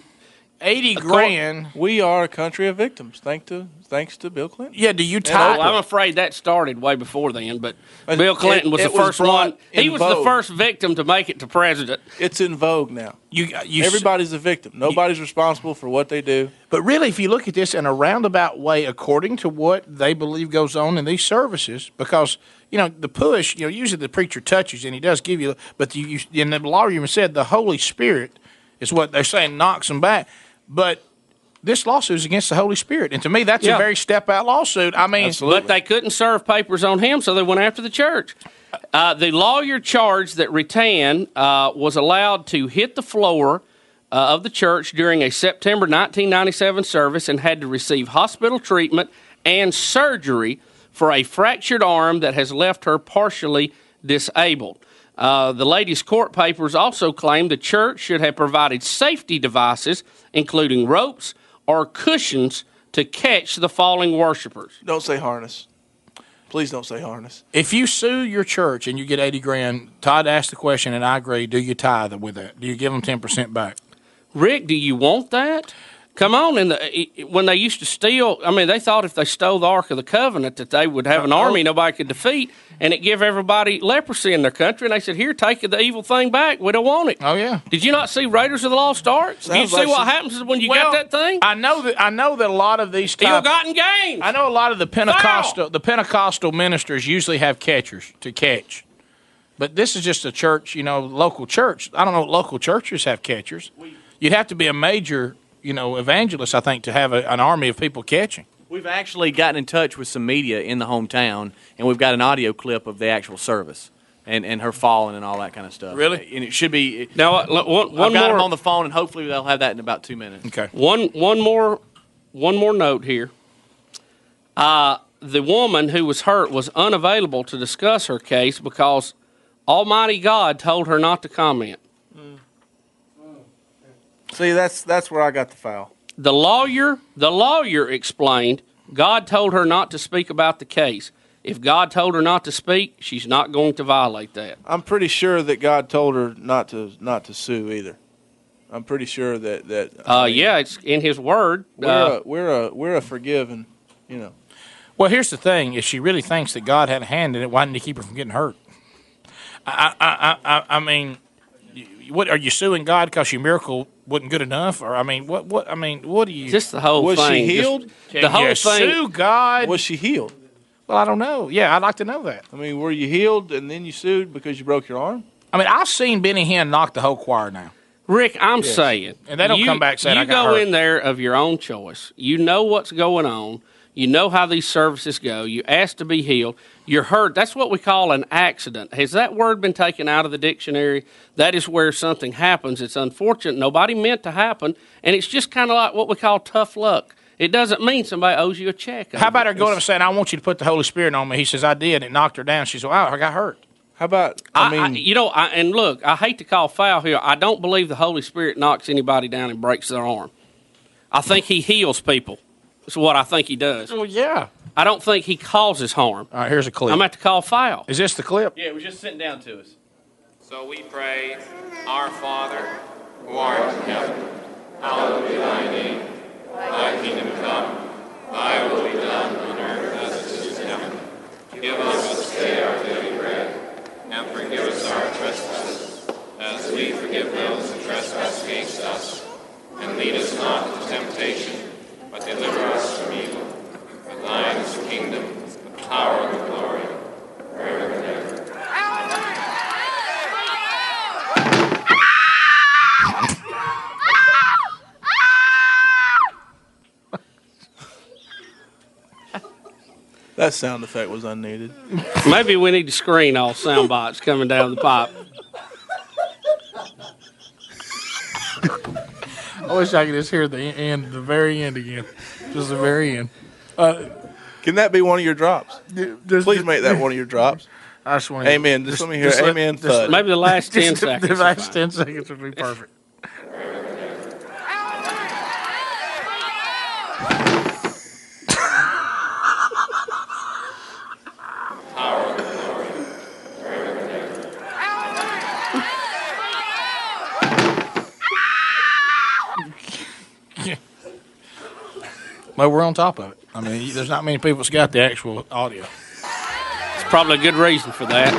eighty grand.
we are a country of victims. Thank to thanks to Bill Clinton.
Yeah, do you
Oh,
tie?
I'm afraid that started way before then, but
But
Bill Clinton
it-
was
it
the
was
first
brought
one. He
in
was the
vogue.
first victim to make it to president.
It's in vogue now.
you, uh, you everybody.
Everybody's a victim. Nobody's responsible for what they do.
But really, if you look at this in a roundabout way, according to what they believe goes on in these services, because you know the push, you know, usually the preacher touches and he does give you, but you, you in the law you said the Holy Spirit is what they're saying knocks them back, but. This lawsuit is against the Holy Spirit, and to me, that's
Yeah.
a very step-out lawsuit. I mean,
But they couldn't serve papers on him, so they went after the church. Uh, the lawyer charged that Rattan uh, was allowed to hit the floor uh, of the church during a September 1997 service and had to receive hospital treatment and surgery for a fractured arm that has left her partially disabled. Uh, the lady's court papers also claim the church should have provided safety devices, including ropes or cushions, to catch the falling worshipers.
Don't say harness. Please don't say harness.
If you sue your church and you get eighty grand, Todd asked the question, and I agree. Do you tithe with that? Do you give them ten percent back?
Rick, do you want that? Come on! In the e, when they used to steal, I mean, they thought if they stole the Ark of the Covenant that they would have an army nobody could defeat, and it give everybody leprosy in their country. And they said, "Here, take the evil thing back. We don't want it."
Oh yeah.
Did you not see Raiders of the Lost Ark? Did you
Sounds
see
like
what
some-
happens when you
Well,
got that thing?
I know that I know that a lot of these
Still
type-
got in games.
I know a lot of the Pentecostal the Pentecostal ministers usually have catchers to catch. But this is just a church, you know, local church. I don't know if local churches have catchers. You'd have to be a major, you know, evangelist, I think, to have a, an army of people catching.
We've actually gotten in touch with some media in the hometown, and we've got an audio clip of the actual service and, and her falling and all that kind of stuff.
Really?
And it should be.
Now, uh, look, one,
I've
one
got
more
him on the phone, and hopefully they'll have that in about two minutes.
Okay.
One one more one more note here. Uh, the woman who was hurt was unavailable to discuss her case because Almighty God told her not to comment.
See, that's that's where I got the foul.
The lawyer the lawyer explained God told her not to speak about the case. If God told her not to speak, she's not going to violate that.
I'm pretty sure that God told her not to not to sue either. I'm pretty sure that that
Uh, yeah, it's in His Word.
we're
Uh,
a, we're a we're a forgiven, you know.
Well, here's the thing: if she really thinks that God had a hand in it, why didn't He keep her from getting hurt? I, I, I, I, I mean, you- what are you suing God because your miracle wasn't good enough? Or I mean, what, what? I mean, what do you?
Just the whole Was she thing, just- healed?
Can
the whole
you
thing-
Sue God.
Was she healed?
Well, I don't know. Yeah, I'd like to know that.
I mean, were you healed and then you sued because you broke your arm?
I mean, I've seen Benny Hinn knock the whole choir now.
Rick, I'm
Yes.
saying,
And they don't
you-
come back saying,
you
"I got
go
hurt."
in there of your own choice. You know what's going on. You know how these services go. You ask to be healed. You're hurt. That's what we call an accident. Has that word been taken out of the dictionary? That is where something happens. It's unfortunate. Nobody meant to happen, and it's just kind of like what we call tough luck. It doesn't mean somebody owes you a check.
How about her going up and saying, "I want you to put the Holy Spirit on me"? He says, "I did." and It knocked her down. She said, "Wow, I got hurt."
How about?
I, I you know, I, and look, I hate to call foul here. I don't believe the Holy Spirit knocks anybody down and breaks their arm. I think he heals people. That's what I think he does.
Oh,
Well, Oh, yeah.
I don't think he causes harm.
All right, here's a clip.
I'm about to call foul.
Is this the clip?
Yeah, it was just sitting down to us.
So we pray, Our Father, who art in heaven, hallowed be thy name. Thy kingdom come, thy will be done on earth as it is in heaven. Give us this day our daily bread, and forgive us our trespasses, as we forgive those who trespass against us. And lead us not into temptation, but deliver us from evil. For thine is the kingdom, the power, and the glory, forever and ever.
That sound effect was unneeded.
Maybe we need to screen all sound bites coming down the pipe.
I wish I could just hear the e-, end, the very end again, just the very end. Uh,
Can that be one of your drops? Please make that one of your drops.
I just want.
Amen. Just, let me hear. amen. thud.
just The last ten seconds would be perfect. Well, we're on top of it. I mean, there's not many people that's got the actual audio.
It's probably a good reason for that.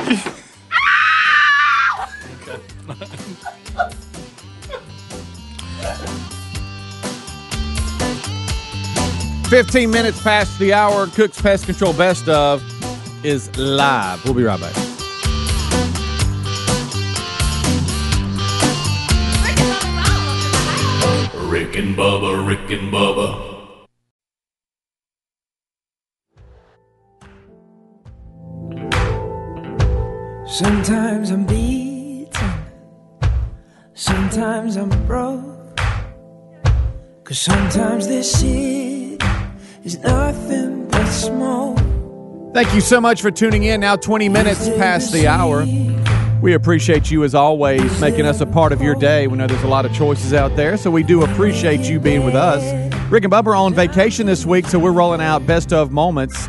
Fifteen minutes past the hour. Cook's Pest Control Best of is live. We'll be right back.
Rick and Bubba, Rick and Bubba,
Sometimes I'm beaten, sometimes I'm broke. Cause sometimes this city is nothing but smoke.
Thank you so much for tuning in. Now 20 minutes past the hour. We appreciate you as always making us a part of your day. We know there's a lot of choices out there, so we do appreciate you being with us. Rick and Bubba are on vacation this week, so we're rolling out best of moments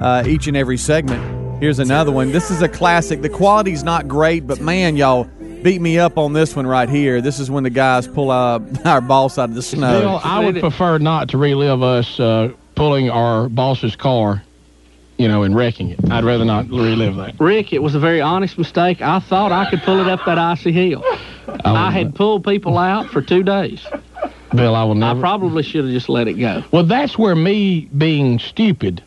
uh, each and every segment. Here's another one. This is a classic. The quality's not great, but man, y'all beat me up on this one right here. This is when the guys pull uh, our boss out of the snow.
Bill, I would prefer not to relive us uh, pulling our boss's car, you know, and wrecking it. I'd rather not relive that.
Rick, it was a very honest mistake. I thought I could pull it up that icy hill. I had pulled people out for two days.
Bill, I will never.
I probably should have just let it go.
Well, that's where me being stupid,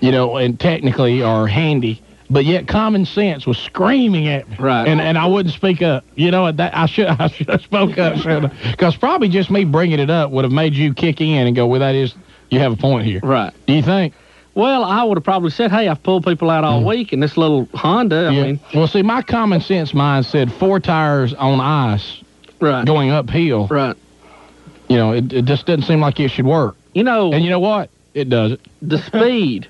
you know, and technically or handy, but yet common sense was screaming at me.
Right.
And and I wouldn't speak up. You know, that I should I should have spoke up, should Because probably just me bringing it up would have made you kick in and go, well, that is, you have a point here. Right. Do you think? Mm.
Well, I would have probably said, hey, I've pulled people out all week in this little Honda. I mean,
Well, see, my common sense mind said four tires on ice,
right,
going uphill,
right.
You know, it, it just doesn't seem like it should work.
You know,
and you know what? It does it.
The speed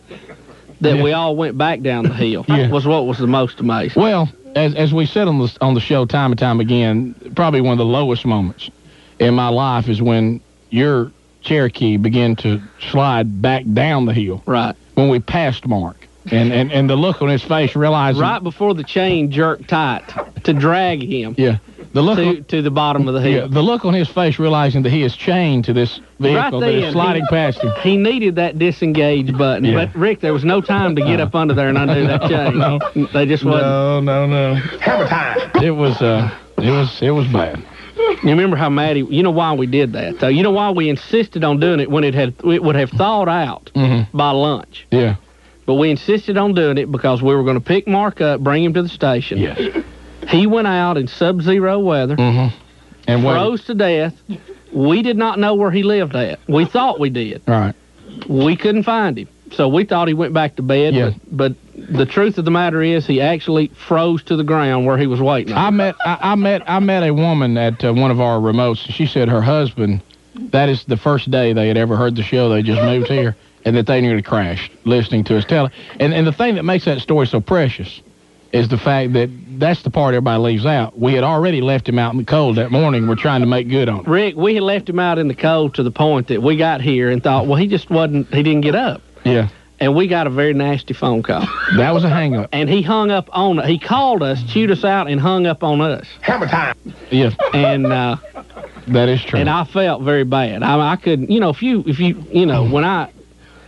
that we all went back down the hill was what was the most amazing.
Well, as as we said on the on the show time and time again, probably one of the lowest moments in my life is when your Cherokee began to slide back down the hill.
Right.
When we passed Mark.
And, and, and the look on his face realizing.
Right before the chain jerked tight to drag him
Yeah. The look
to,
on-
to the bottom of the hill.
Yeah, the look on his face realizing that he is chained to this vehicle
right
that
then,
is sliding
he,
past him.
He needed that disengage button,
Yeah.
but Rick, there was no time to get up under there and undo that chain.
No,
They just wasn't.
No, no, no.
Hammer time.
It was, uh, it was, it was bad.
You remember how mad he? You know why we did that? though. you know why we insisted on doing it when it had it would have thawed out
Mm-hmm.
by lunch.
Yeah.
But we insisted on doing it because we were going to pick Mark up, bring him to the station. Yes. He went out in sub-zero weather.
Mm-hmm. And waited.
froze to death. We did not know where he lived at. We thought we did.
All right.
We couldn't find him. So we thought he went back to bed,
Yeah.
but, but the truth of the matter is he actually froze to the ground where he was waiting.
I met I, I met I met a woman at uh, one of our remotes. She said her husband. That is the first day they had ever heard the show. They just moved here, and that they nearly crashed listening to us tell it. And and the thing that makes that story so precious is the fact that that's the part everybody leaves out. We had already left him out in the cold that morning. We're trying to make good on it.
Rick, we had left him out in the cold to the point that we got here and thought, well, he just wasn't, he didn't get up.
Yeah.
And we got a very nasty phone call.
That was a hang up.
And he hung up on, he called us, chewed us out, and hung up on us. Hammer time.
Yeah.
And, uh,
that is true.
And I felt very bad. I, I couldn't, you know, if you, if you, you know, when I,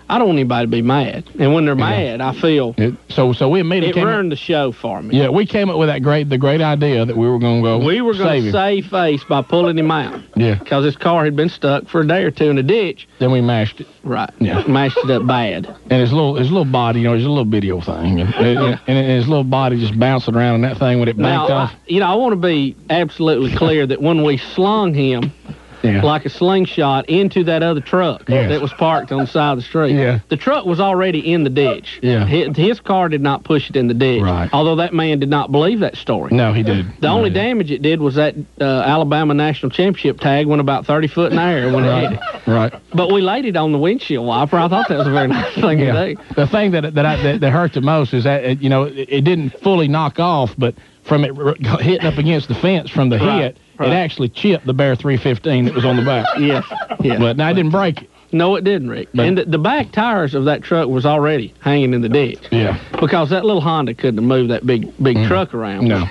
I don't want anybody to be mad. And when they're mad, I feel.
It, so, so we immediately
It
came up-
ruined the show for me.
Yeah, we came up with that great the great idea that we were going to go.
We were going
save
to
him.
save face by pulling him out.
Yeah.
Because his car had been stuck for a day or two in a ditch.
Then we mashed it.
Right. Mashed it up bad.
And his little his little body, you know, his little video thing, and, and, and his little body just bouncing around, and that thing when it banked
now,
off.
I, you know, I want to be absolutely clear that when we slung him
Yeah.
like a slingshot into that other truck that was parked on the side of the street, the truck was already in the ditch.
Yeah.
His, his car did not push it in the ditch. Right. Although that man did not believe that story.
No, he did.
The only damage it did was that uh, Alabama National Championship tag went about 30 foot in the air when it hit
Right.
it.
Right.
But we laid it on the windshield wiper. I thought that was a very nice thing to do.
The thing that that, I, that that hurt the most is that uh, you know it, it didn't fully knock off, but from it r- hitting up against the fence from the
Right,
hit,
right.
it actually chipped the Bear 315 that was on the back.
Yes. Yeah.
But now it didn't break it.
No, it didn't, Rick.
But-
and the, the back tires of that truck was already hanging in the ditch.
Yeah. Mm.
Because that little Honda couldn't have moved that big big truck around.
No.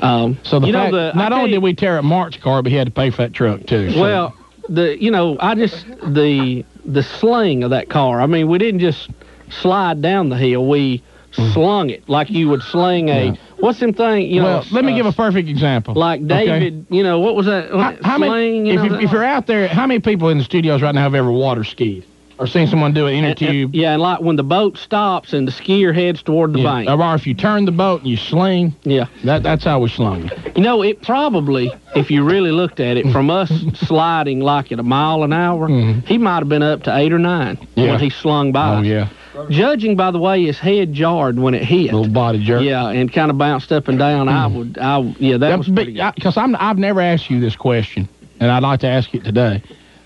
Um,
So the
you
fact,
know, the,
not
I
only
tell
did we tear up Mark's car, but he had to pay for that truck too.
you-
so-
well, the you know, I just the the sling of that car. I mean, we didn't just slide down the hill. We
Mm-hmm.
slung it like you would sling a what's them thing? You know,
well, let me
uh,
give a perfect example.
like
okay?
David. You know, what was that? What-
How
sling,
many?
you
If,
know,
you,
that-
if you're out there, how many people in the studios right now have ever water skied or seen someone do an inner tube?
Uh, yeah, and like when the boat stops and the skier heads toward the bank.
Or if you turn the boat and you sling.
Yeah.
That that's how we slung it.
You know, it probably, if you really looked at it, from us sliding like at a mile an hour, he might have been up to eight or nine
Mm-hmm. Yeah.
when he slung by.
Oh yeah.
Judging by the way his head jarred when it hit, little
body jerk. Hmm.
Yeah, and kind of bounced up and down. I would, I yeah, that was pretty good.
Because I'm I've never asked you this question, and I'd like to ask it today,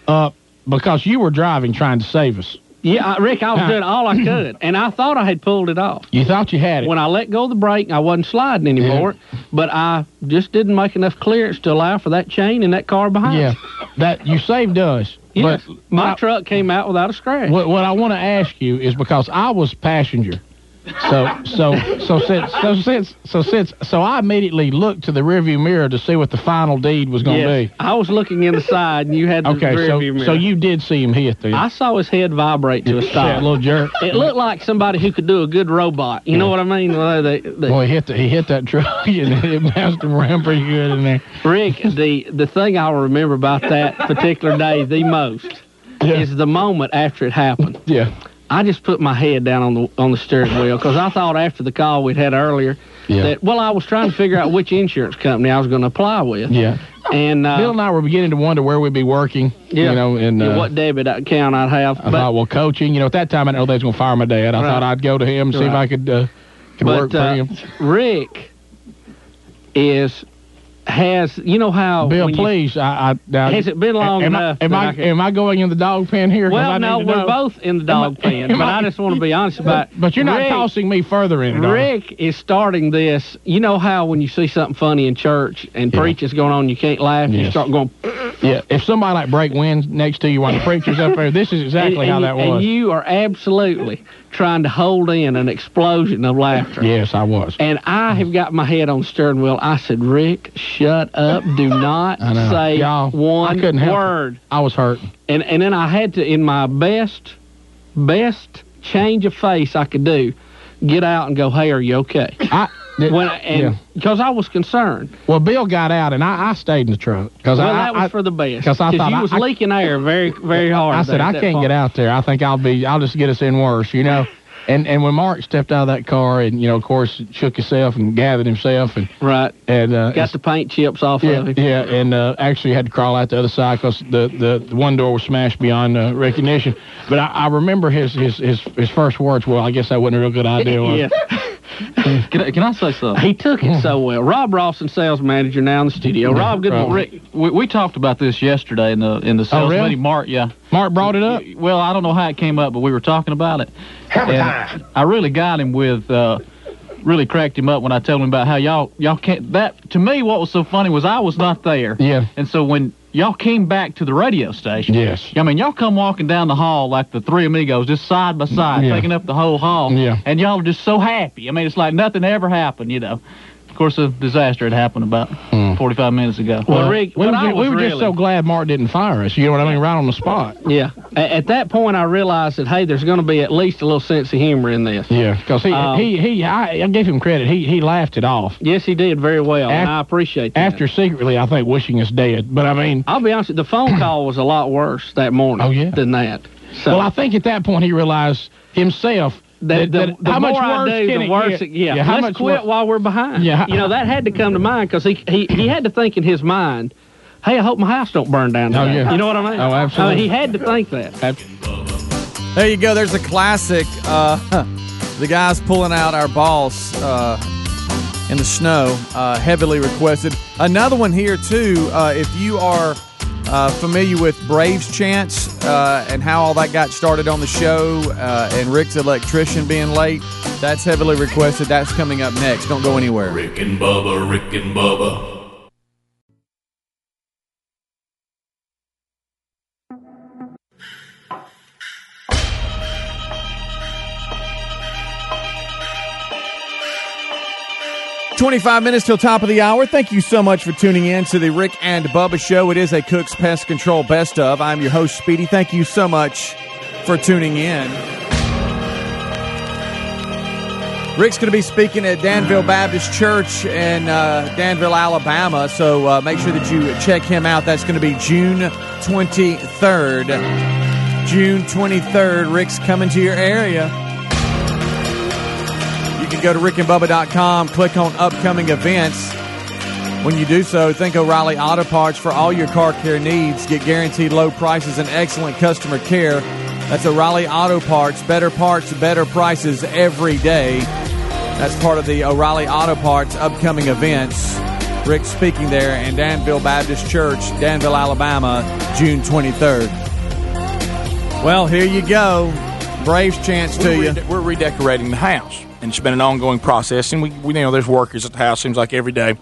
uh, because you were driving trying to save us.
Yeah, I, Rick, I was
Now-
doing all I could, and I thought I had pulled it off.
You thought you had it.
When I let go of the brake, I wasn't sliding anymore, but I just didn't make enough clearance to allow for that chain and that car behind.
Yeah, that you saved us.
Yes,
but
my truck came out without a scratch.
What, what I want to ask you is because I was passenger, so so so since so since so since so I immediately looked to the rearview mirror to see what the final deed was going to
Yes,
be.
I was looking in the side, and you had the
Okay,
rear
so
view mirror.
so you did see him hit there.
I saw his head vibrate to a
Yeah,
stop.
that little jerk.
It looked like somebody who could do a good robot. You know what I mean? Well, they- they-
Boy, he hit the, he hit that truck and it bounced him around pretty good in there.
Rick, the the thing I'll remember about that particular day the most is the moment after it happened.
Yeah.
I just put my head down on the on the steering wheel because I thought after the call we'd had earlier
Yeah.
that well I was trying to figure out which insurance company I was going to apply with.
Yeah.
And uh,
Bill and I were beginning to wonder where we'd be working.
yeah,
You know, and uh,
what debit account I'd have.
I thought, well, coaching. You know, at that time I didn't know they was going to fire my dad. I
Right.
thought I'd go to him and see if
Right.
I could uh, could work for
uh,
him.
Rick is has you know how
Bill,
Oh, when you-
please. I, I now,
Has it been long
am
enough
I, am,
that
I,
I can-
am I going in the dog pen here? 'Cause
well,
I
no,
need to
we're
know.
both in the dog pen,
am
but
I-
I just want to be honest about.
But, but you're not
Rick,
tossing me further in it. are you?
Rick is starting this. You know how when you see something funny in church and preaching's going on, you can't laugh. You
Yes.
start going.
Yeah, if somebody like break wind next to you while the preacher's up there, this is exactly
and,
how that
and, and
was.
you are absolutely trying to hold in an explosion of laughter.
Yes, I was.
And I have got my head on the steering wheel. I said, Rick, shut up. Do not
I know.
say
Y'all,
one
I couldn't help it.
word.
I was hurting.
And and then I had to, in my best, best change of face I could do, get out and go, Hey, are you okay?
I
when I, and because I was concerned.
Well, Bill got out, and I, I stayed in the truck because
well,
I,
that was
I-
for the best.
'cause I thought
you
I-
was
I-
leaking air very, very hard.
I said
there at
I
that
can't
point."
get out there. I think I'll be. I'll just get us in worse, you know. And and when Mark stepped out of that car, and you know, of course, shook himself and gathered himself, and
right,
and uh,
Got the paint chips off
yeah,
of him.
yeah, and uh, actually had to crawl out the other side because the, the, the one door was smashed beyond uh, recognition. But I, I remember his, his his his first words. Well, I guess that wasn't a real good idea. was it?"
can, I, can I say something? He took it so
uh,
well. Rob Rawson, sales manager now in the studio. Rob, good
Rob.
morning.
We, we talked about this yesterday in the in the sales
really?
meeting. Mark, yeah.
Oh, Mark brought it up.
Well, I don't know how it came up, but we were talking about it. And I really got him with. Uh, really cracked him up when I told him about how y'all y'all can't. That to me, what was so funny was I was not there.
Yeah.
And so when y'all came back to the radio station.
Yes.
I mean, y'all come walking down the hall like the three amigos, just side by side,
Yeah.
taking up the whole hall.
Yeah.
And y'all are just so happy. I mean, it's like nothing ever happened, you know. Of course, a disaster had happened about
Hmm.
45 minutes ago.
Well, we, were just, we were just so glad Mark didn't fire us. You know what I mean? Right on the spot.
Yeah. A- At, that point, I realized that hey, there's going to be at least a little sense of humor in this.
Yeah, because he,
Um,
he he I, I gave him credit. He he laughed it off.
Yes, he did very well, and
Af-
I appreciate that.
After secretly, I think wishing us dead. But I mean, Oh,
I'll be honest, with you, the phone call was a lot worse that morning. than that. So-
well, I think at that point he realized himself that,
That, the,
that
the
how
more
much worse
I do,
can
the
it
worse
get?
it- yeah.
how
Let's
much
quit
wor-
while we're behind.
Yeah.
You know that had to come to mind because he, he he had to think in his mind, hey, I hope my house don't burn down.
Oh,
today."
yeah.
You know what I mean?
Oh, absolutely.
I mean, he had to think that.
There you go. There's a classic. Uh, the guys pulling out our balls uh, in the snow, uh, heavily requested. Another one here too. Uh, if you are uh, familiar with Braves chants uh, and how all that got started on the show, uh, and Rick's electrician being late, that's heavily requested. That's coming up next. Don't go anywhere.
Rick and Bubba, Rick and Bubba.
Twenty-five minutes till top of the hour. Thank you so much for tuning in to the Rick and Bubba Show. It is a Cook's Pest Control Best of. I'm your host Speedy. Thank you so much for tuning in. Rick's going to be speaking at Danville Baptist Church in uh, Danville, Alabama. So uh, make sure that you check him out. That's going to be June 23rd. June 23rd, Rick's coming to your area. You can go to rickandbubba.com, click on upcoming events. When you do so, think O'Reilly Auto Parts for all your car care needs. Get guaranteed low prices and excellent customer care. That's O'Reilly Auto Parts. Better parts, better prices every day. That's part of the O'Reilly Auto Parts upcoming events. Rick speaking there in Danville Baptist Church, Danville, Alabama, June 23rd. Well, here you go. Braves chance to
we're
you.
rede- we're redecorating the house, and it's been an ongoing process. And we, we you know there's workers at the house. Seems like every day.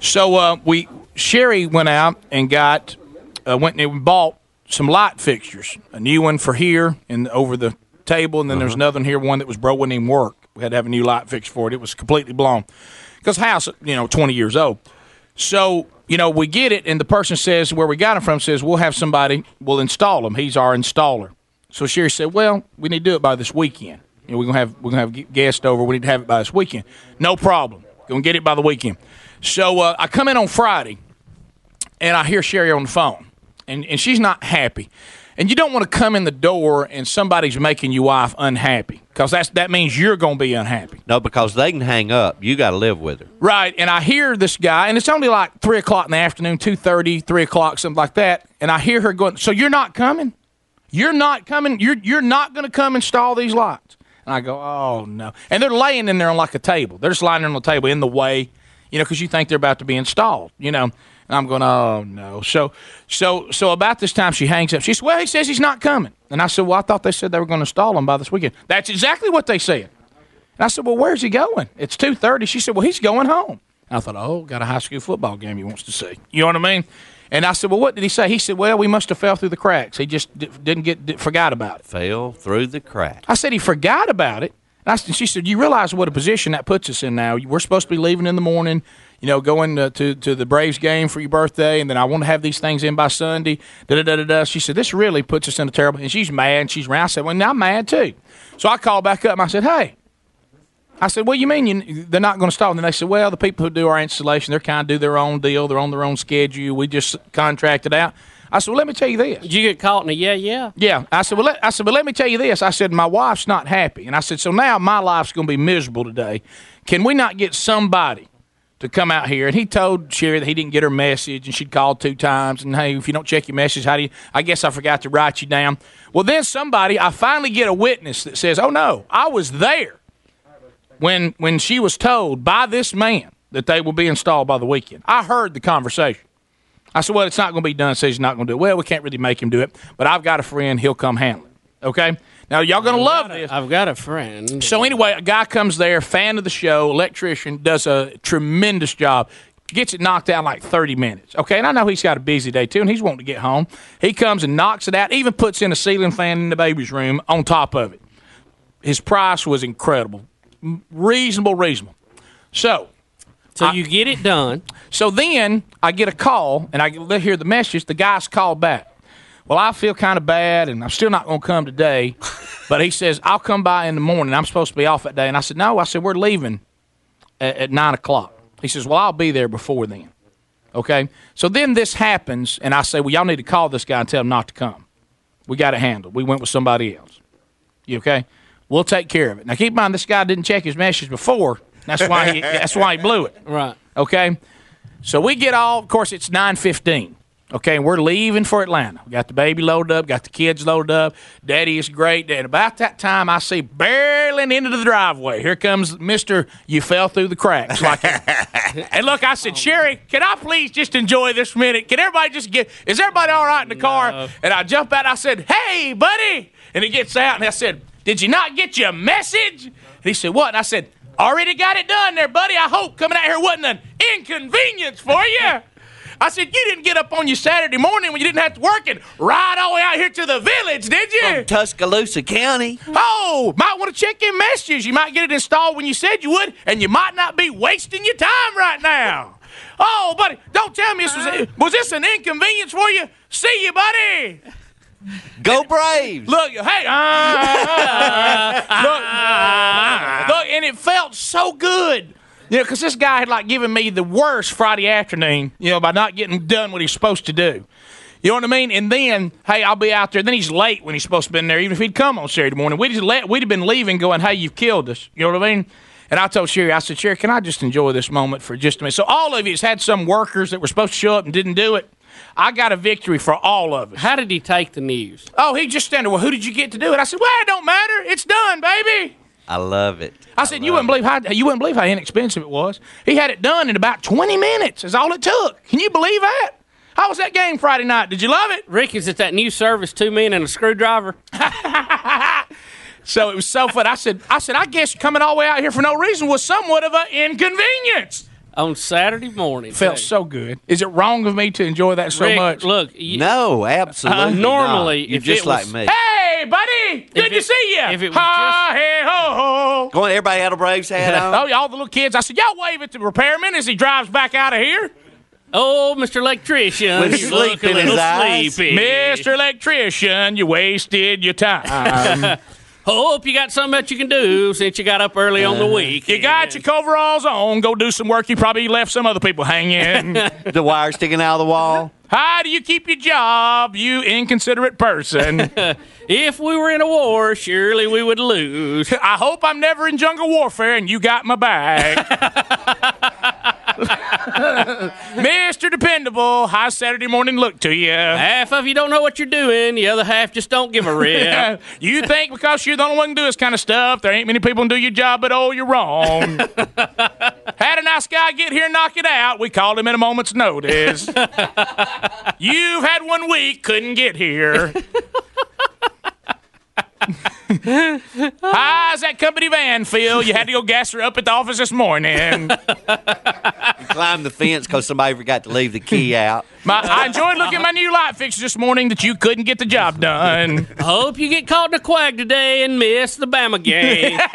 So uh, we Sherry went out and got uh, went and bought some light fixtures, a new one for here and over the table, and then
Uh-huh.
there's another one here, one that was broke, wouldn't even work. We had to have a new light fix for it. It was completely blown because house, you know, 20 years old. So you know we get it, and the person says where we got them from says we'll have somebody we'll install them. He's our installer. So Sherry said, "Well, we need to do it by this weekend. You know, we're gonna have we're gonna have gu- guests over. We need to have it by this weekend. No problem. Gonna get it by the weekend." So uh, I come in on Friday, and I hear Sherry on the phone, and and she's not happy. And you don't want to come in the door and somebody's making your wife unhappy because that's that means you're gonna be unhappy.
No, because they can hang up. You got to live with her.
Right, and I hear this guy, and it's only like three o'clock in the afternoon, two thirty, three o'clock, something like that. And I hear her going, "So you're not coming? You're not coming? You're you're not going to come install these lights?" And I go, "Oh no!" And they're laying in there on like a table. They're just lying there on the table in the way, you know, because you think they're about to be installed, you know. And I'm going, "Oh no!" So so so about this time, she hangs up. She says, "Well, he says he's not coming." And I said, "Well, I thought they said they were going to install them by this weekend." That's exactly what they said. And I said, "Well, where's he going?" It's two thirty. She said, "Well, he's going home." And I thought, "Oh, got a high school football game he wants to see." You know what I mean? And I said, "Well, what did he say?" He said, "Well, we must have fell through the cracks. He just d- didn't get d- forgot about it."
Fell through the crack.
I said he forgot about it. And I said, she said, "You realize what a position that puts us in now? We're supposed to be leaving in the morning, you know, going to to, to the Braves game for your birthday, and then I want to have these things in by Sunday." Da da da da da. She said, "This really puts us in a terrible." And she's mad. And she's around. I said, "Well, now I'm mad too." So I called back up and I said, "Hey." I said, "What do you mean you, they're not going to stop?" And they said, "Well, the people who do our installation, they're kind of do their own deal. They're on their own schedule. We just contracted out." I said, "Well, let me tell you this." Did
you get caught in a yeah, yeah?
Yeah. I said, "Well, let, I said, but let me tell you this." I said, "My wife's not happy," and I said, "So now my life's going to be miserable today. Can we not get somebody to come out here?" And he told Sherry that he didn't get her message, and she'd called two times, and hey, if you don't check your message, how do you? I guess I forgot to write you down. Well, then somebody, I finally get a witness that says, "Oh no, I was there." when when she was told by this man that they will be installed by the weekend. I heard the conversation. I said, "Well, it's not going to be done. Says he's not going to do it. Well, we can't really make him do it, but I've got a friend. He'll come handle it. Okay. Now y'all going to love this.
I've got a friend.
So anyway, a guy comes there, fan of the show, electrician, does a tremendous job. Gets it knocked out in like 30 minutes. Okay, and I know he's got a busy day too, and he's wanting to get home. He comes and knocks it out, even puts in a ceiling fan in the baby's room on top of it. His price was incredible reasonable, reasonable. So,
so you get it done.
So then I get a call and I hear the message. The guy's called back. Well, I feel kind of bad, and I'm still not going to come today. but he says I'll come by in the morning. I'm supposed to be off that day, and I said no. I said we're leaving at, at nine o'clock. He says, well, I'll be there before then. Okay. So then this happens, and I say, well, y'all need to call this guy and tell him not to come. We got it handled. We went with somebody else. You okay? We'll take care of it. Now keep in mind this guy didn't check his message before. That's why he that's why he blew it.
Right.
Okay. So we get all of course it's nine fifteen. Okay, and we're leaving for Atlanta. We got the baby loaded up, got the kids loaded up. Daddy is great. And about that time I see barreling into the driveway. Here comes Mr. You fell through the cracks like And look, I said, Sherry, can I please just enjoy this minute? Can everybody just get is everybody all right in the car? And I jump out, I said, Hey, buddy. And he gets out and I said, did you not get your message? And he said, What? And I said, Already got it done there, buddy. I hope coming out here wasn't an inconvenience for you. I said, You didn't get up on your Saturday morning when you didn't have to work and ride all the way out here to the village, did you? From
Tuscaloosa County.
Oh, might want to check in messages. You might get it installed when you said you would, and you might not be wasting your time right now. Oh, buddy, don't tell me this was, was this an inconvenience for you? See you, buddy.
Go Braves!
Look, hey, ah, ah, look, look, and it felt so good. You know, because this guy had like given me the worst Friday afternoon, you know, by not getting done what he's supposed to do. You know what I mean? And then, hey, I'll be out there. Then he's late when he's supposed to be in there, even if he'd come on Saturday morning. We'd, just let, we'd have been leaving going, hey, you've killed us. You know what I mean? And I told Sherry, I said, Sherry, can I just enjoy this moment for just a minute? So all of you has had some workers that were supposed to show up and didn't do it. I got a victory for all of us.
How did he take the news?
Oh, he just standing. Well, who did you get to do it? I said, well, it don't matter. It's done, baby.
I love it.
I said, you wouldn't believe how you wouldn't believe how inexpensive it was. He had it done in about twenty minutes. Is all it took. Can you believe that? How was that game Friday night? Did you love it?
Rick, is it that new service, two men and a screwdriver?
So it was so fun. I said, I said, I guess coming all the way out here for no reason was somewhat of an inconvenience.
On Saturday morning.
Felt
too.
so good. Is it wrong of me to enjoy that so
Rick,
much?
Look, you,
No, absolutely.
Uh, normally,
not. you're
if
just
it
like
was-
me.
Hey, buddy, good to
it-
see you.
if it was
ha, hey, ho, ho.
Go on, everybody had a Braves hat on.
Oh, all the little kids. I said, y'all wave at the repairman as he drives back out of here.
oh, Mr. Electrician,
With
you
sleep
look
in
a
his
little
eyes.
sleepy.
Mr. Electrician, you wasted your
Um,
time.
Hope you got something that you can do since you got up early on the
Uh-huh.
week.
you got your coveralls on. Go do some work. You probably left some other people hanging.
The wire sticking out of the wall.
How do you keep your job, you inconsiderate person?
If we were in a war, surely we would lose.
I hope I'm never in jungle warfare and you got my back. Mr. Dependable, high Saturday morning look to you.
Half of you don't know what you're doing, the other half just don't give a rip.
you think because you're the only one who can do this kind of stuff, there ain't many people who do your job, but oh, you're wrong. Had a nice guy get here and knock it out. We called him at a moment's notice. You've had one week, couldn't get here. How's that company van, Phil? You had to go gas her up at the office this morning.
Climbed the fence because somebody forgot to leave the key out.
My, I enjoyed looking at my new light fixture this morning that you couldn't get the job done.
Hope you get caught in a quag today and miss the Bama game.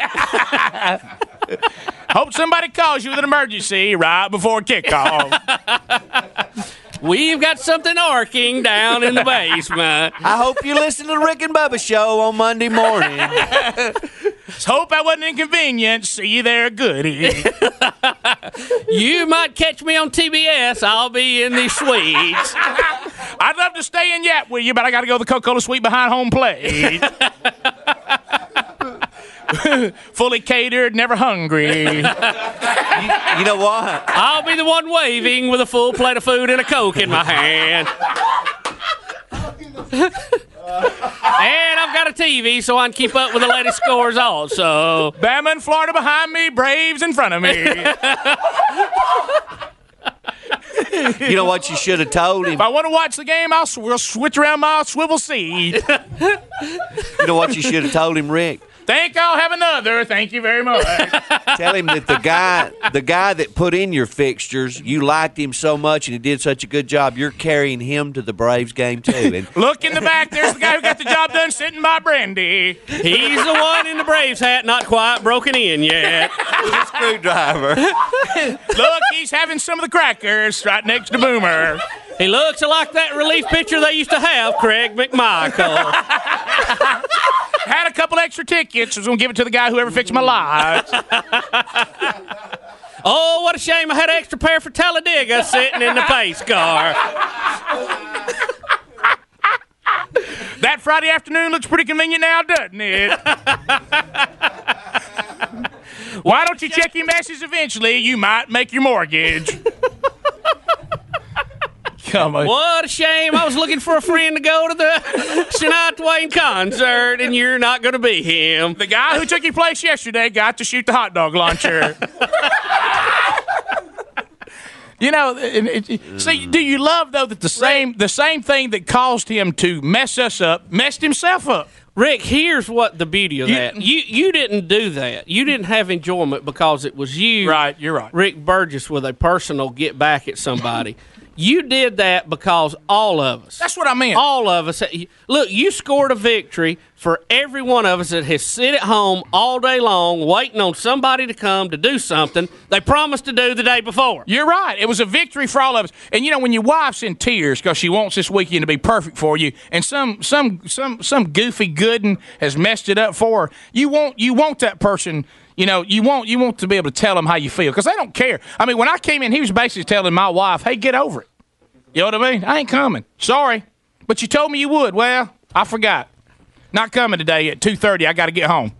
Hope somebody calls you with an emergency right before kickoff.
We've got something arcing down in the basement.
I hope you listen to the Rick and Bubba show on Monday morning.
Let's hope I wasn't inconvenient. See you there, goody.
you might catch me on TBS. I'll be in the suites.
I'd love to stay in yet with you, but I got to go to the Coca-Cola suite behind home plate. Fully catered, never hungry.
You know what?
I'll be the one waving with a full plate of food and a Coke in my hand. and I've got a TV so I can keep up with the latest scores also.
Bama and Florida behind me, Braves in front of me.
You know what you should have told
If
him?
I want to watch the game, I'll sw- we'll switch around my swivel seat.
You know what you should have told him, Rick?
Think I'll have another. Thank you very much.
Tell him that the guy the guy that put in your fixtures, you liked him so much and he did such a good job, you're carrying him to the Braves game too. And
Look in the back. There's the guy who got the job done sitting by Brandy.
He's the one in the Braves hat, not quite broken in yet.
screwdriver.
Look, he's having some of the crackers right next to Boomer.
He looks like that relief pitcher they used to have, Craig McMichael.
Had a couple extra tickets. Was gonna give it to the guy who ever fixed my lights.
Oh, what a shame I had an extra pair for Talladega sitting in the pace car.
That Friday afternoon looks pretty convenient now, doesn't it? Why don't you check your message eventually? You might make your mortgage. Come on.
What a shame. I was looking for a friend to go to the Shania Twain concert, and you're not going to be him.
The guy who took your place yesterday got to shoot the hot dog launcher. you know, and it, it- see, do you love though that the same the same thing that caused him to mess us up messed himself up?
Rick, here's what the beauty of
You-
that. You you didn't do that. You didn't have enjoyment because it was you.
Right, you're right.
Rick Burgess with a personal get back at somebody. you did that because all of us.
That's what I meant.
All of us. Look, you scored a victory for every one of us that has sit at home all day long waiting on somebody to come to do something they promised to do the day before.
You're right. It was a victory for all of us. And you know, when your wife's in tears because she wants this weekend to be perfect for you, and some some some some goofy gooden has messed it up for her, you want you want that person. You know, you want you want to be able to tell them how you feel because they don't care. I mean, when I came in, he was basically telling my wife, "Hey, get over it." You know what I mean? I ain't coming. Sorry, but you told me you would. Well, I forgot. Not coming today at two thirty. I got to get home.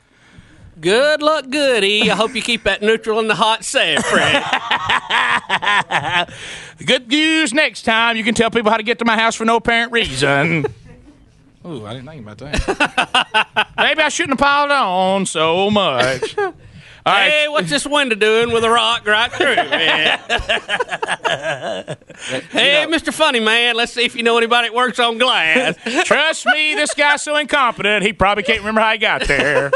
Good luck, goody. I hope you keep that neutral in the hot sand, Fred.
Good news next time. You can tell people how to get to my house for no apparent reason. Ooh, I didn't think about that. Maybe I shouldn't have piled on so much. All right.
Hey, what's this window doing with a rock right through it? hey, Mr. Funny Man, let's see if you know anybody that works on glass.
Trust me, this guy's so incompetent, he probably can't remember how he got there.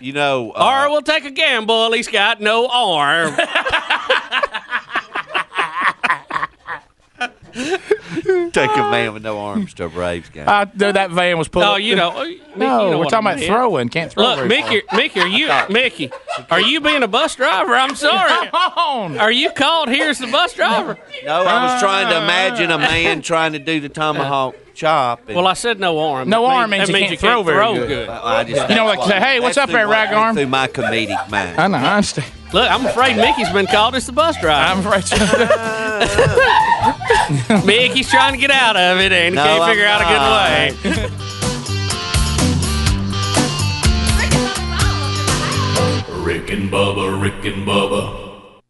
You know uh,
or we'll take a gamble. He's got no arm.
take a man with no arms to a Braves game.
Uh, th- that van was pulled.
No,
up.
Oh, you know. Mickey,
No,
you know
we're
what
talking
I
about
meant.
throwing. Can't throw.
Look,
very
Mickey, Mickey, are you, Mickey, are you being a bus driver? I'm sorry.
far. Come on.
Are you called here as the bus driver? Uh,
No, I was trying to imagine a man trying to do the tomahawk chop. And
Well, I said no arm.
No
That
arm means
that
you can't throw very good.
I just,
You know, like, say, hey, what's
that's
up there,
through my-
Ragarm?
Through my comedic mind.
I know. I understand.
Look, I'm afraid Mickey's been called as the bus driver.
I'm right.
Mickey's trying to get out of it and he
No,
can't
I'm
figure out a good way.
not.
Rick and Bubba, Rick and Bubba,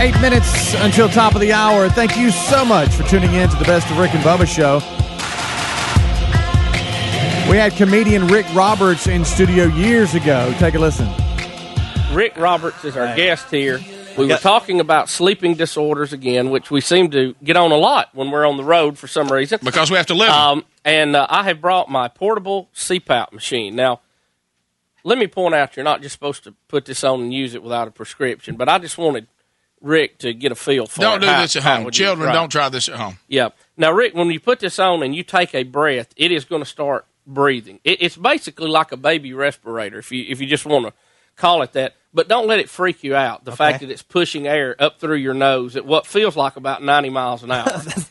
Eight minutes until top of the hour. Thank you so much for tuning in to the Best of Rick and Bubba show. We had comedian Rick Roberts in studio years ago. Take a listen.
Rick Roberts is our guest here. We were talking about sleeping disorders again, which we seem to get on a lot when we're on the road for some reason.
Because we have to live.
Um, and uh, I have brought my portable CPAP machine. Now, let me point out you're not just supposed to put this on and use it without a prescription, but I just wanted Rick to get a feel for
Don't
it.
do
How-
this at
how
home.
would you-
Children,
right.
don't try this at home.
Yeah. Now, Rick, when you put this on and you take a breath, it is going to start breathing. It, it's basically like a baby respirator, if you if you just want to call it that. But don't let it freak you out. The fact that it's pushing air up through your nose at what feels like about ninety miles an hour.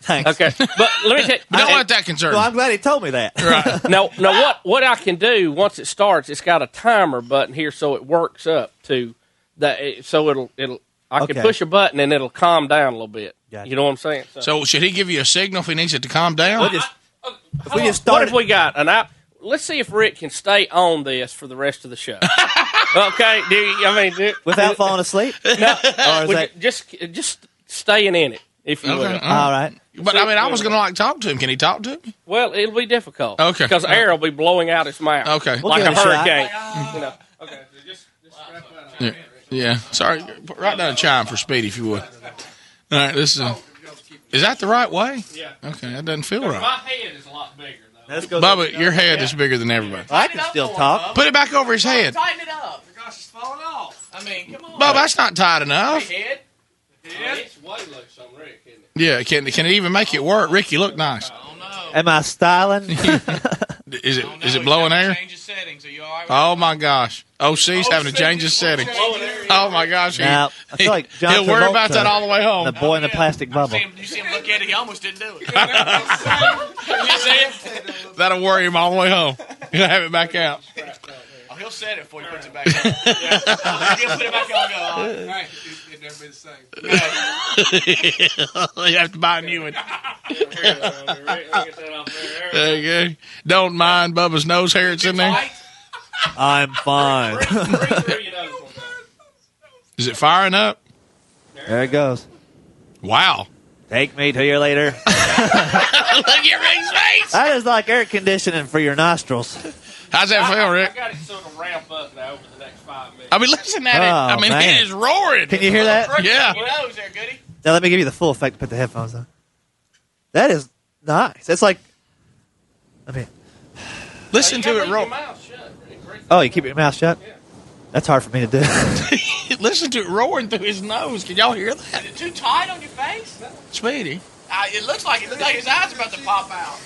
Okay, but let me tell you,
Don't let that concern.
Well, I'm glad he told me that.
Right. now, now what what I can do once it starts, it's got a timer button here, so it works up to that. So it'll it'll I
Okay.
can push a button and it'll calm down a little bit. You know what I'm saying?
So should he give you a signal if he needs it to calm down?
If we just What have we got? And I let's see if Rick can stay on this for the rest of the show. okay, do you, I mean do,
Without falling asleep?
No,
is
would
that-
you- just just staying in it, if you will.
But I mean, I was going to like talk to him. Can he talk to him?
Well, it'll be difficult.
Okay.
because air will be blowing out its mouth.
Okay. We'll
like
give
a
it a shot.
hurricane. You know.
Yeah. yeah. Sorry. Put right down a chime for Speedy, if you would. All right. This is. A, is that the right way? Yeah. Okay. That doesn't feel right.
head is a lot bigger.
Bubba, your head is bigger than everybody.
I can still talk.
Put it back over his head.
Tighten it up. Gosh, it's falling off. I mean, come on.
Bubba, that's not tight enough.
Head. It's way loose on Rick. Isn't it?
Yeah. Can can it even make it work? Ricky, look nice.
Am I styling?
Is it is it blowing air? Oh my gosh!
Oh,
OC's having to change his settings. Oh my gosh! He,
Now, I feel like John
he'll worry about
Travolta,
that all the way home.
The boy in the plastic bubble.
you see him look at it. He almost didn't do it. That'll worry him all the way home. He'll have it back out.
Oh, he'll set it before he puts it back on. yeah. He'll put it back on. and Go, all right. It, it never been the same.
you have to buy a new one. There you go. Don't mind Bubba's nose hair. It's in there.
I'm fine.
Is it firing up?
There it goes.
Wow.
Take me to your later.
Look at Rick's face.
That is like air conditioning for your nostrils.
How's that feel, Rick?
I got it sort of ramp up now over the next five minutes.
I mean, listen at it. I
Oh,
mean,
man.
it is roaring.
Can you hear that?
Yeah.
Now let me give you the full effect. to Put the headphones on. That is nice. That's like, I mean,
Listen to it roar.
oh, you keep your mouth shut. That's hard for me to do.
Listen to it roaring through his nose. Can y'all hear that?
Is it too tight on your face?
Speedy.
Uh, it looks like it looks like his eyes are about to pop out.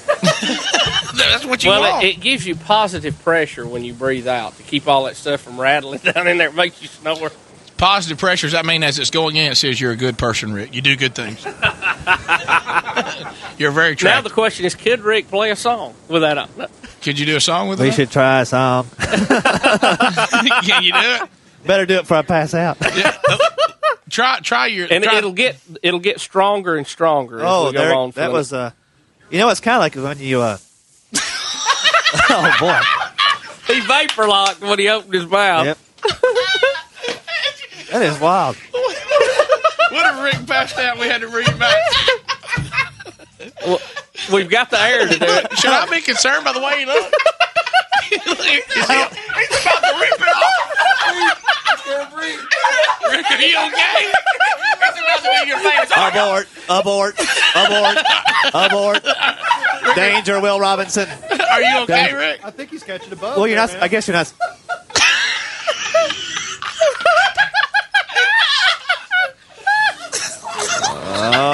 That's what
you
well,
want.
It, it gives you positive pressure when you breathe out to keep all that stuff from rattling down in there. It makes you snore.
Positive pressures. I mean, as it's going in, it says you're a good person, Rick. You do good things. you're very
Now
attractive.
the question is, could Rick play a song with that on?
Could you do a song with
we
that?
should try some.
Can you do it?
Better do it before I pass out.
Try, try your.
And it'll get it'll get stronger and stronger. as
Oh,
we go
there,
on for
that
the-
was uh, you know, it's kind of like when you uh, oh boy,
he vapor locked when he opened his mouth.
that is wild.
what if Rick passed out? We had to bring him back.
We've got the air to do it.
Should I be concerned by the way he looks? He's about to rip it off. Rick, are you okay?
It's about to be your face.
Abort! Abort! Abort! Abort! Danger, Will Robinson.
Are you okay,
Dang-
Rick?
I think he's catching a bug.
Well, you're not. I guess you're not.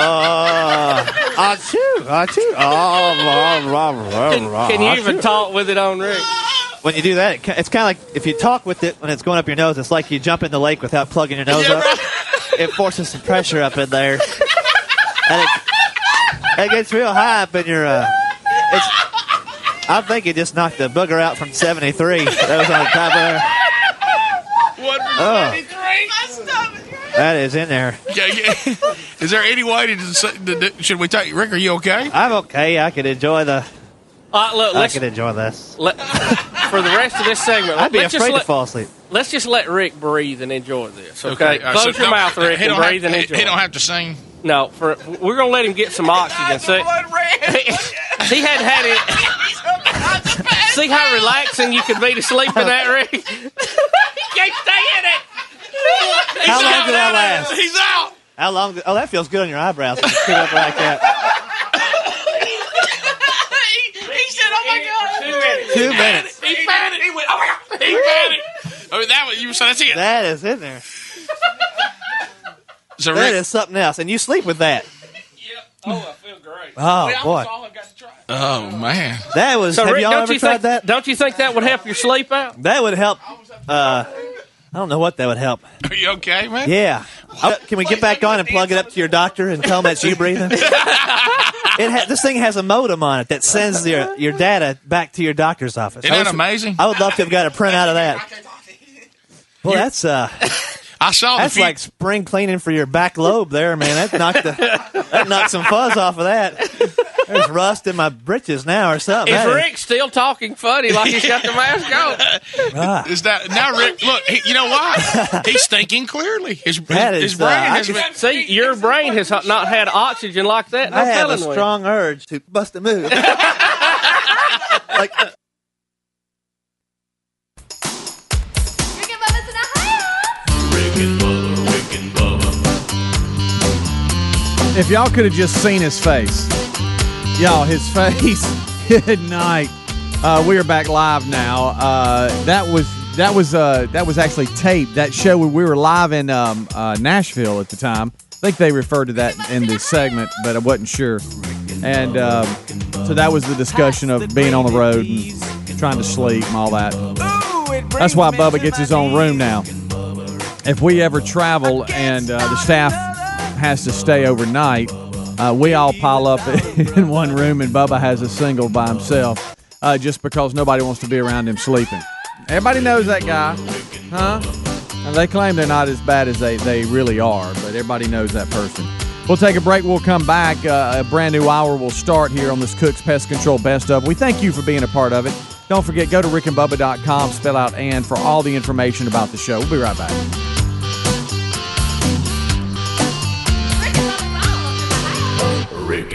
Ah, achoo, achoo. Ah, rah, rah,
Can,
rah,
ah,
can you even
achoo.
talk with it on Rick?
When you do that, it, ki- it's kind of like if you talk with it when it's going up your nose, it's like you jump in the lake without plugging your nose up. It forces some pressure up in there, and it, it gets real high up in your. Uh, it's, I think it just knocked the booger out from '73. That was on the top of there.
One for
Oh.
23.
That is in there.
Yeah, yeah. Is there any way to, to, to- should we take Rick? Are you okay?
I'm okay. I could enjoy the.
Uh, look,
I
let's,
could enjoy this.
let, for the rest of this segment,
I'd be
let's
afraid
just let,
to fall asleep.
Let's just let Rick breathe and enjoy this, okay?
all right,
Close
so
your
don't-
mouth, Rick,
he
and
don't have-
breathe and
he-
enjoy.
He don't have to sing.
No, for we're gonna let him get some oxygen. So he, he had had it. See how relaxing you could be to sleep in that, Rick?
he can't stay in it.
How long did that last?
He's out.
How long? Oh, that feels good on your eyebrows. Just Sit up like that.
he, he said, "Oh my god, two minutes."
Two minutes.
He found it. He went, "Oh my god, he found it."
I mean, that was you. So that's it.
That is in there.
So
that
Rick-
is something else, and you sleep with that.
Oh, I feel great.
Oh, boy.
Oh man,
that was.
So,
have
Rick,
y'all
don't
ever
you
tried
think-
that?
Don't you think that would help your sleep out?
That would help. Uh, I don't know what that would help.
are you okay, man?
Yeah. Oh, Can we get back on and plug it up to your doctor and tell him that's you breathing? it ha- this thing has a modem on it that sends your, your data back to your doctor's office.
Isn't
I
that
wish-
amazing?
I would love to have got a print out of that. Well, that's uh,
I saw.
that's
the few-
like spring cleaning for your back lobe, there, man. That knocked the, that knocked some fuzz off of that. There's rust in my britches now, or something.
Is
That
Rick still talking funny like he's got the mask on?
Ah.
Is that now, Rick? Look, he, you know why? He's thinking clearly. His, his,
That is,
his brain
uh, I
has
can-
been.
See, your brain has not had oxygen like that.
I
I'm
have a
telling you.
strong urge to bust a move. like,
If y'all could have just seen his face, y'all, his face. Good night. Uh, we are back live now. Uh, that was that was uh, that was actually taped. That show when we were live in um, uh, Nashville at the time. I think they referred to that in the segment, but I wasn't sure. And um, so that was the discussion of being on the road and trying to sleep and all that. That's why Bubba gets his own room now if we ever travel and uh, the staff has to stay overnight, uh, we all pile up in one room and Bubba has a single by himself uh, just because nobody wants to be around him sleeping. Everybody knows that guy, huh? And they claim they're not as bad as they, they really are, but everybody knows that person. We'll take a break. We'll come back. Uh, a brand new hour will start here on this Cook's Pest Control Best of. We thank you for being a part of it. Don't forget, go to rickandbubba.com, spell out and for all the information about the show. We'll be right back.
Rick